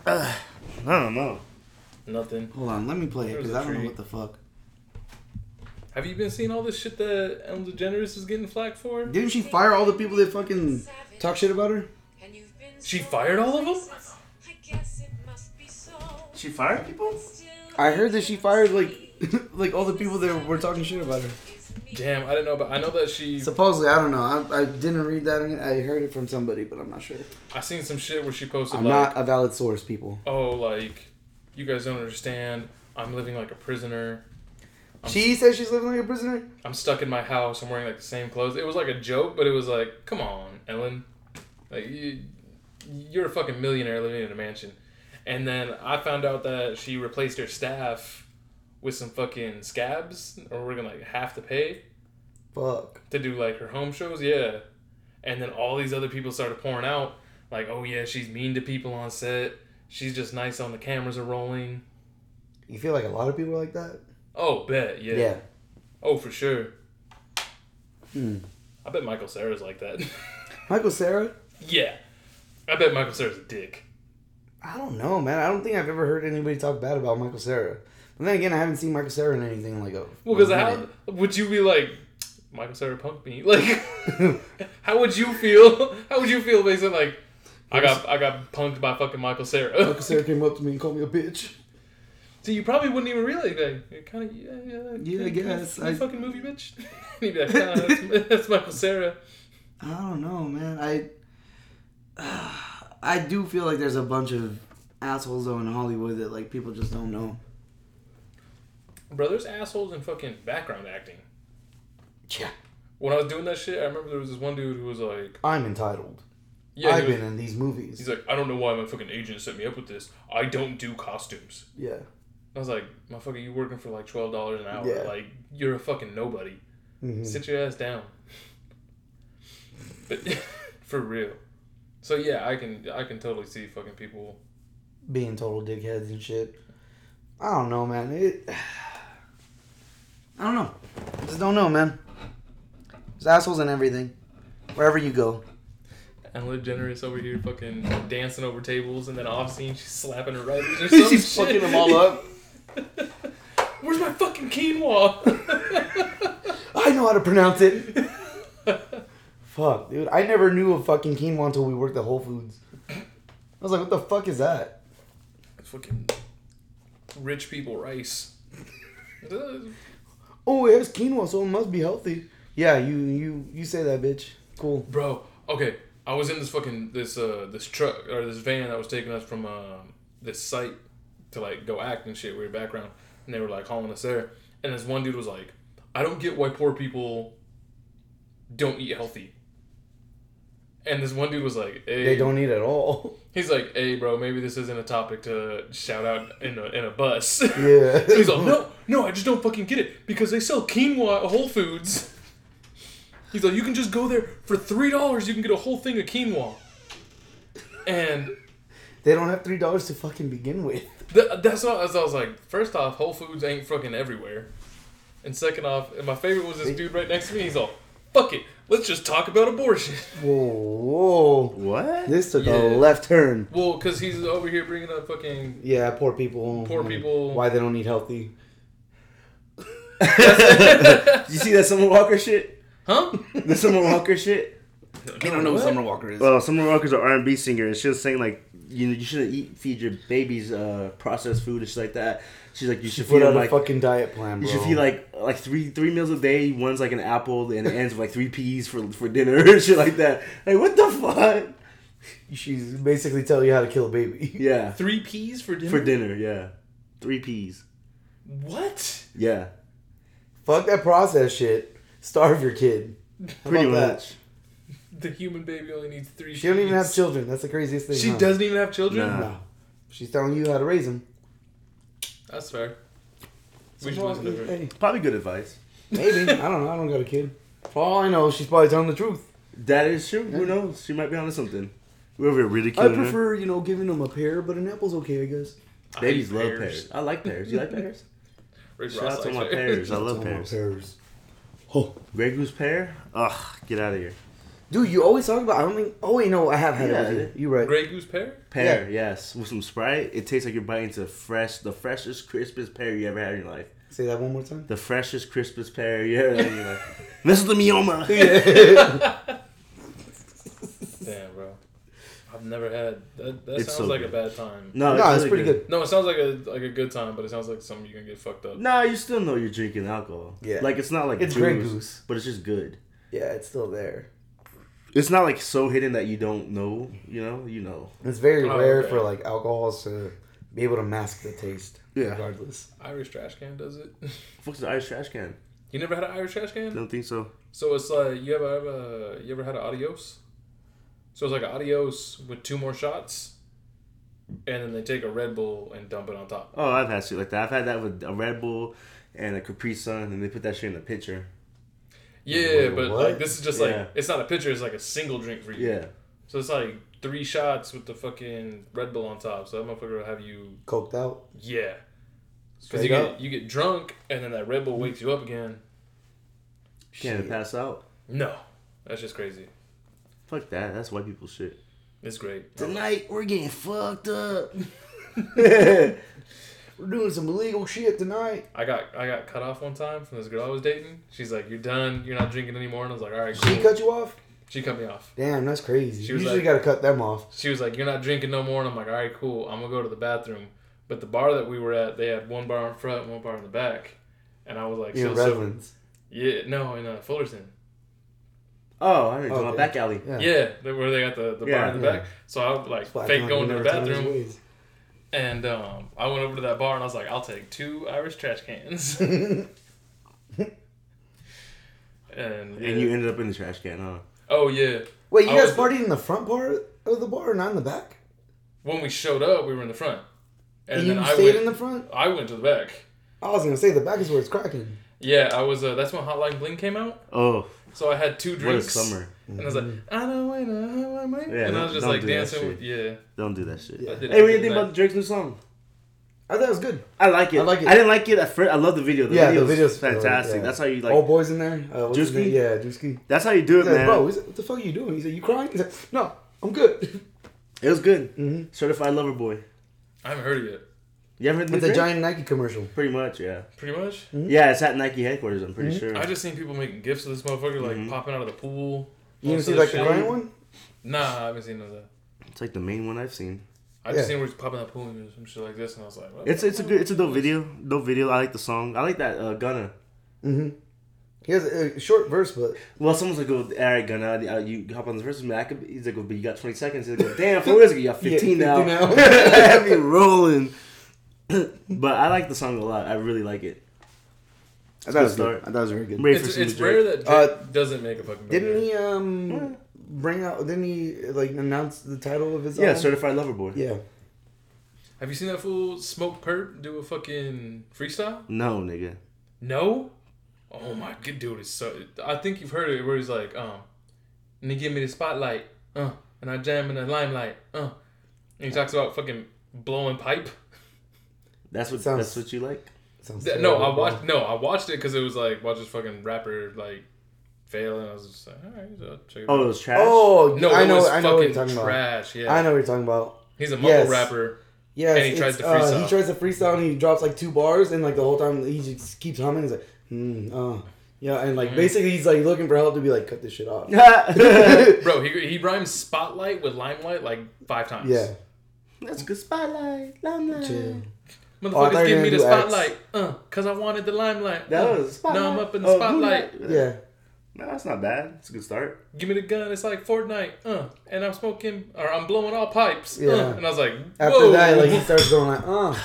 Ugh, I don't know.
Nothing.
Hold on, let me play
it, 'cause I don't know what
the fuck.
Have you been seeing all this shit that Ellen DeGeneres is getting flack for?
Didn't she fire all the people that fucking talk shit about her?
She fired all of them?
I guess it must be so.
She fired people.
Still
I heard that she fired like like all the people that were talking shit about her.
Damn, I didn't know, but I know that she.
Supposedly, I don't know. I, I didn't read that. I heard it from somebody, but I'm not sure.
I seen some shit where she posted
I'm
like,
not a valid source, people.
oh, like, you guys don't understand. I'm living like a prisoner.
She says she's living like a prisoner.
I'm stuck in my house. I'm wearing like the same clothes. It was like a joke, but it was like, come on, Ellen, like you, you're a fucking millionaire living in a mansion. And then I found out that she replaced her staff with some fucking scabs, or we're gonna like half the pay
Fuck.
to do like her home shows, yeah. And then all these other people started pouring out, like, oh yeah, she's mean to people on set. She's just nice on the cameras are rolling.
You feel like a lot of people are like that.
Oh, bet, yeah.
Yeah.
Oh, for sure.
Hmm.
I bet Michael Sarah's like that.
Michael Sarah.
yeah. I bet Michael Sarah's a dick.
I don't know, man. I don't think I've ever heard anybody talk bad about Michael Sarah. But then again, I haven't seen Michael Sarah in anything like a.
Well, because
a
how
minute.
would you be like, Michael Sarah punked me? Like, how would you feel? How would you feel basically like, I got I got punked by fucking Michael Sarah?
Michael Sarah came up to me and called me a bitch.
See, you probably wouldn't even realize that. It kind of, yeah, yeah.
Yeah, I
can- can
guess.
can you
I-
fucking movie, bitch. He'd be like, nah, that's, that's Michael Sarah.
I don't know, man. I I do feel like there's a bunch of assholes though in Hollywood that like people just don't know.
Bro, there's assholes in fucking background acting.
Yeah,
When I was doing that shit, I remember there was this one dude who was like,
I'm entitled.
yeah, he
I've
was-
been in these movies.
He's like, I don't know why my fucking agent set me up with this. I don't do costumes.
Yeah,
I was like, motherfucker, you working for like twelve dollars an hour?
Yeah.
Like, you're a fucking nobody.
Mhm.
Sit your ass down. But for real. So yeah, I can I can totally see fucking people.
being total dickheads and shit. I don't know, man. It. I don't know. I just don't know, man. There's assholes in everything, wherever you go.
Ellen DeGeneres over here fucking dancing over tables, and then off scene she's slapping her writers or some
She's
shit.
fucking them all up.
Where's my fucking quinoa?
I know how to pronounce it. Fuck, dude. I never knew of fucking quinoa until we worked at Whole Foods. I was like, what the fuck is that?
fucking rich people rice.
Oh, it has quinoa, so it must be healthy. Yeah, you you you say that, bitch. Cool.
Bro, okay, I was in this fucking this uh this truck or this van that was taking us from um this site to like go act and shit. We were background, and they were like hauling us there. And this one dude was like, "I don't get why poor people don't eat healthy." And this one dude was like, hey,
They don't eat at all.
He's like, "Hey, bro, maybe this isn't a topic to shout out in a, in a bus."
Yeah.
so he's like, "No, no, I just don't fucking get it because they sell quinoa at Whole Foods." He's like, "You can just go there for three dollars. You can get a whole thing of quinoa." And
They don't have three dollars to fucking begin with.
th- that's what I was, I was like. First off, Whole Foods ain't fucking everywhere, and second off, and my favorite was this dude right next to me. He's all, "Fuck it, let's just talk about abortion."
Whoa, whoa.
What?
This took
Yeah.
a left turn.
well, because he's over here bringing up fucking
Yeah, poor people.
Poor
and
people.
Why they don't eat healthy?
you see that Summer Walker shit?
huh?
The Summer Walker shit?
I don't know who Summer Walker is.
Well, Summer Walker's an R&B singer, and she was saying like, you know, you shouldn't eat feed your babies uh, processed food and shit like that. She's like, you should feed
Put out
them
a
like
fucking diet plan,
you
bro.
should feed like like three three meals a day. One's like an apple, and it ends with like three peas for for dinner and shit like that. Like what the fuck?
She's basically telling you how to kill a baby.
Yeah,
Three peas for dinner.
for dinner. Yeah, three peas.
What?
Yeah,
Fuck that process shit. Starve your kid. How
pretty
about that?
much.
The human baby only needs three.
She don't even have
peas.
children. That's the craziest thing.
She
huh?
doesn't even have children.
Nah.
No. She's telling you how to raise them.
That's fair. We should listen to her.
Hey,
Probably good advice.
maybe. I don't know. I don't got a kid. For all I know, she's probably telling the truth.
That is true. Who knows? She might be onto something. We're over here
I
ridiculing her.
prefer, you know, giving them a pear, but an apple's okay, I guess.
Babies
I
love
hate
pears. I like pears. You like pears?
Rick
Shout
Ross
out to
likes
my
pears.
pears. I love
Talking about
pears.
pears.
Grey Goose pear? Ugh, get out of here.
Dude, you always talk about. I don't think. Oh wait, no, I have had
Yeah,
it. With you. You're right.
Grey goose pear.
Pear, yes. With some Sprite, it tastes like you're biting into fresh, the freshest, crispest pear you ever had in your life.
Say that one more time.
The freshest, crispest pear you ever had in your life. This is the mioma.
Damn, bro. I've never had. That, that
It's
sounds
so
like
good.
a bad time.
No,
no, it's pretty good.
No, it sounds like a like a good time, but it sounds like something you can get fucked up.
No, you still know you're drinking alcohol.
Yeah.
like it's not like
It's Grey
booze,
Goose.
but it's just good.
Yeah, it's still there.
It's not like so hidden that you don't know. You know, you know.
It's very
Oh,
rare
okay.
for like alcohols to be able to mask the taste.
Yeah.
Regardless.
Irish trash can does it.
Fuck's the Irish trash can?
you never had an Irish trash can?
Don't think so.
So it's like you ever have a you ever had an adios? So it's like an adios with two more shots, and then they take a Red Bull and dump it on top.
Oh, I've had shit like that. I've had that with a Red Bull and a Capri Sun, and they put that shit in a pitcher.
Yeah,
Wait,
but
what?
like this is just
Yeah.
like it's not a pitcher. It's like a single drink for you.
Yeah,
So it's like three shots with the fucking Red Bull on top. So that motherfucker will have you
Coked out.
yeah. Because
Straight
you
up.
get you get drunk and then that Red Bull wakes you up again.
can't
Shit.
pass out.
No, that's just crazy.
Fuck that. That's white people shit.
It's great.
Tonight we're getting fucked up.
We're doing some illegal shit tonight.
I got I got cut off one time from this girl I was dating. She's like, "You're done. You're not drinking anymore." And I was like, "All right, cool."
She cut you off?
she cut me off.
Damn, that's crazy.
She
You
was
usually
like-
gotta cut them off.
she was like, "You're not drinking no more," and I'm like, "All right, cool. I'm gonna go to the bathroom." But the bar that we were at, they had one bar in front, and one bar in the back, and I was like,
You
"So,
know,
so
Redlands.
yeah, no, in uh, Fullerton,
Oh, I know.
Okay.
Okay. My back alley.
Yeah.
yeah, they- where they got the, the
Yeah,
bar in the
yeah.
back." So I was
That's why
like
I
fake
don't
going to the
remember Tony's
bathroom,
ways.
and um, I went over to that bar and I was like, "I'll take two Irish trash cans." and,
And you ended up in the trash can, huh?
oh yeah,
Wait, you
I
guys
was-
partied in the front part of the bar, not in the back?
when we showed up, we were in the front, and
And,
then
you
I
stayed
went,
in the front?
I went to the back.
I was gonna say the back is where it's cracking.
Yeah, I was. Uh, that's when Hotline Bling came out.
Oh,
So I had two
what a
drinks.
summer!
And I was like, I don't wanna, I wanna.
Yeah,
and I was
don't-
just
don't
like
do that
dancing.
shit.
With, yeah.
Don't do that shit.
Yeah.
I did- I
Hey, what do you
did
think
that.
about Drake's new song?
I thought it was good.
I like it.
I like it.
I didn't like it at first. I love the video. The
yeah,
video's
the video's
fantastic.
yeah.
That's how you like.
All boys in there. Uh, what's his
Drewski?
name? Yeah, Drewski.
that's how you do it,
He's like,
man.
bro, he's like, what the fuck are you doing? He said, you crying? He's like, no, I'm good.
It was good.
Mhm.
Certified Lover Boy.
I haven't heard it yet.
You ever heard
With
the
the
giant?
giant Mm-hmm. Nike commercial.
Pretty much, yeah.
Pretty much.
Yeah, it's at Nike headquarters. I'm pretty
Mm-hmm.
sure.
I just seen people making gifts of this motherfucker, like
Mhm.
popping out of the pool.
You
all
didn't see
sorts
like
of
the
shit.
crying one?
Nah, I haven't seen none of that.
it's like the main one I've seen.
I just
Yeah.
seen where he's popping out of the pool and some shit like this, and I was like, what
It's
the
it's a
fuck?
good. It's a dope video. Dope video. I like the song. I like that uh, Gunna.
hmm He has a, a short verse, but
Well, someone's like, "Go, all right, Gunna, uh, you hop on this verse with me." I could, be-" he's like, "But you got 20 seconds." He's like, "Well, "Damn, four years ago, you got 15
Yeah,
now."
15 now.
I'd be rolling. but I like the song a lot. I really like it.
I
thought it was good. I
thought it was very good.
Ready for
It's,
some
it's
Drake.
rare that Drake
Uh,
doesn't make a
Oh,
fucking.
Didn't
banger.
he
Hmm.
um bring out? Didn't he like announce the title of his?
Yeah,
album?
certified lover boy.
Yeah,
Have you seen that fool Smoke Perp do a fucking freestyle?
No, nigga.
No. Oh my good dude is so. I think you've heard it where he's like, um, and he give me the spotlight, uh, and I jam in the limelight, uh, and he talks about fucking blowing pipe.
That's what
Sounds-
that's what you like.
sounds.
Th- no,
terrible,
I
bro.
watched. No, I watched it because it was like watch this fucking rapper like fail, and I was just like, all right, so check it
Oh, it
out.
was trash.
Oh,
No,
I
it
know,
was
I know what
fucking
you're talking about.
trash. Yeah,
I know what you're talking about.
he's a mumble
Yes.
rapper.
Yeah,
And he tries to
uh,
freestyle.
he tries to freestyle and he drops like two bars and like the whole time he just keeps humming. He's like, hmm, uh, yeah, and
Mm-hmm.
like basically he's like looking for help to be like cut this shit off.
that's
Bro, he, he rhymes spotlight with limelight like five times.
Yeah,
good spotlight, limelight.
chill. Oh, I thought
motherfuckers
you
give
were
me the
gonna do X.
spotlight, uh, cause I wanted the limelight.
That
uh,
was spotlight.
Now I'm up in the
Oh,
spotlight.
moonlight.
yeah.
No, that's not bad. It's a good start.
Give me the gun. It's like Fortnite. Uh, and I'm smoking or I'm blowing all pipes. uh,
Yeah.
and I was like,
After
whoa.
that, like he starts going like, uh,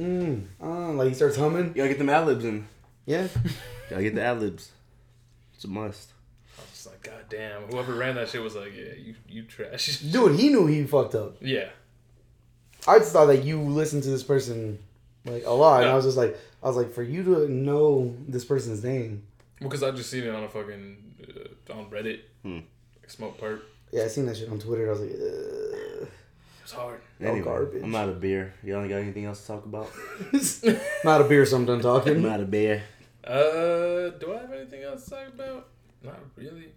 mm, uh, like he starts humming.
You gotta get them ad libs in.
Yeah,
Gotta get the ad libs. It's a must.
I was just like, God damn. Whoever ran that shit was like, yeah, you you trash.
dude, he knew he fucked up.
yeah.
I just thought that you listened to this person like a lot, and I was just like, I was like, for you to know this person's name,
Because I just seen it on a fucking uh, on Reddit.
Hmm.
Like smoke perp.
yeah, I seen that shit on Twitter. I was like, Ugh.
It was hard.
Anyway,
garbage.
I'm out of beer. Y'all ain't got anything else to talk about?
I'm out of beer, so I'm done
I'm
talking.
out of beer.
Uh, do I have anything else to talk about? Not really.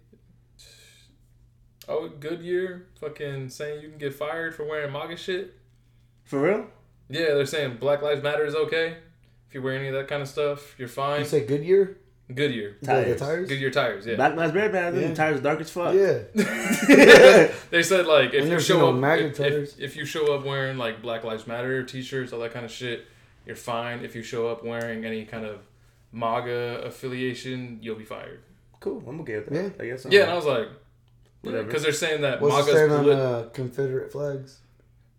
Oh, Goodyear fucking saying you can get fired for wearing MAGA shit.
For real?
Yeah, they're saying Black Lives Matter is okay. If you wear any of that kind of stuff, you're
You
fine.
said Goodyear?
Goodyear.
The, the
Tires.
tires?
Goodyear tires. Yeah.
Black Lives Matter banner.
Yeah.
The tires dark as fuck.
Yeah.
They said like if
And
you
there's
show
no
up if,
magnetars.
if, if you show up wearing like Black Lives Matter t-shirts all that kind of shit, you're fine. If you show up wearing any kind of MAGA affiliation, you'll be fired.
Cool. I'm okay with that. I guess. I'm
Yeah, and I was like,
Whatever.
because they're saying that
Oh. What's the
MAGA's.
stand on
polit-
uh, Confederate flags?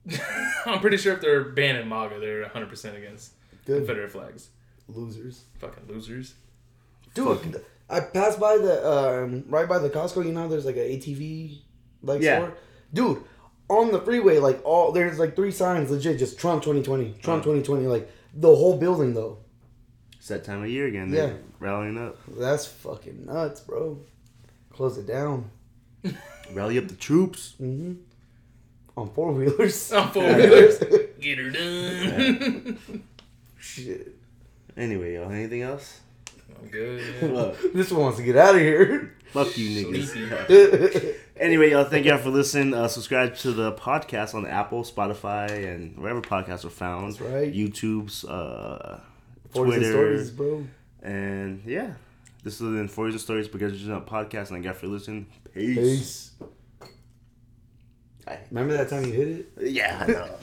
I'm pretty sure if they're banning MAGA, they're 100 percent against
Good.
Confederate flags.
Losers.
Fucking losers.
Dude,
I passed by the um, right by the Costco. You know, there's like an ATV like
Yeah.
store. Dude, on the freeway, like all there's like three signs, legit, just Trump 2020, Trump
Mm.
2020, like the whole building though.
It's that time of year again.
Yeah.
They're rallying up.
That's fucking nuts, bro. Close it down.
Rally up the troops.
hmm On four wheelers.
I'm four wheelers. Get her done.
Shit.
Anyway, y'all. Anything else?
I'm good.
Look,
This one wants to get out of here.
fuck you, niggas.
Sleepy.
Anyway, y'all, thank y'all for listening. Uh, subscribe to the podcast on Apple, Spotify, and wherever podcasts are found.
That's right.
YouTube's, uh,
Stories and
Twitter,
stories, bro.
and yeah. This is the Forties and Stories because it's not podcast. And I got for listening. Peace.
Peace.
Aye.
Remember that time you hit it?
Yeah, I know.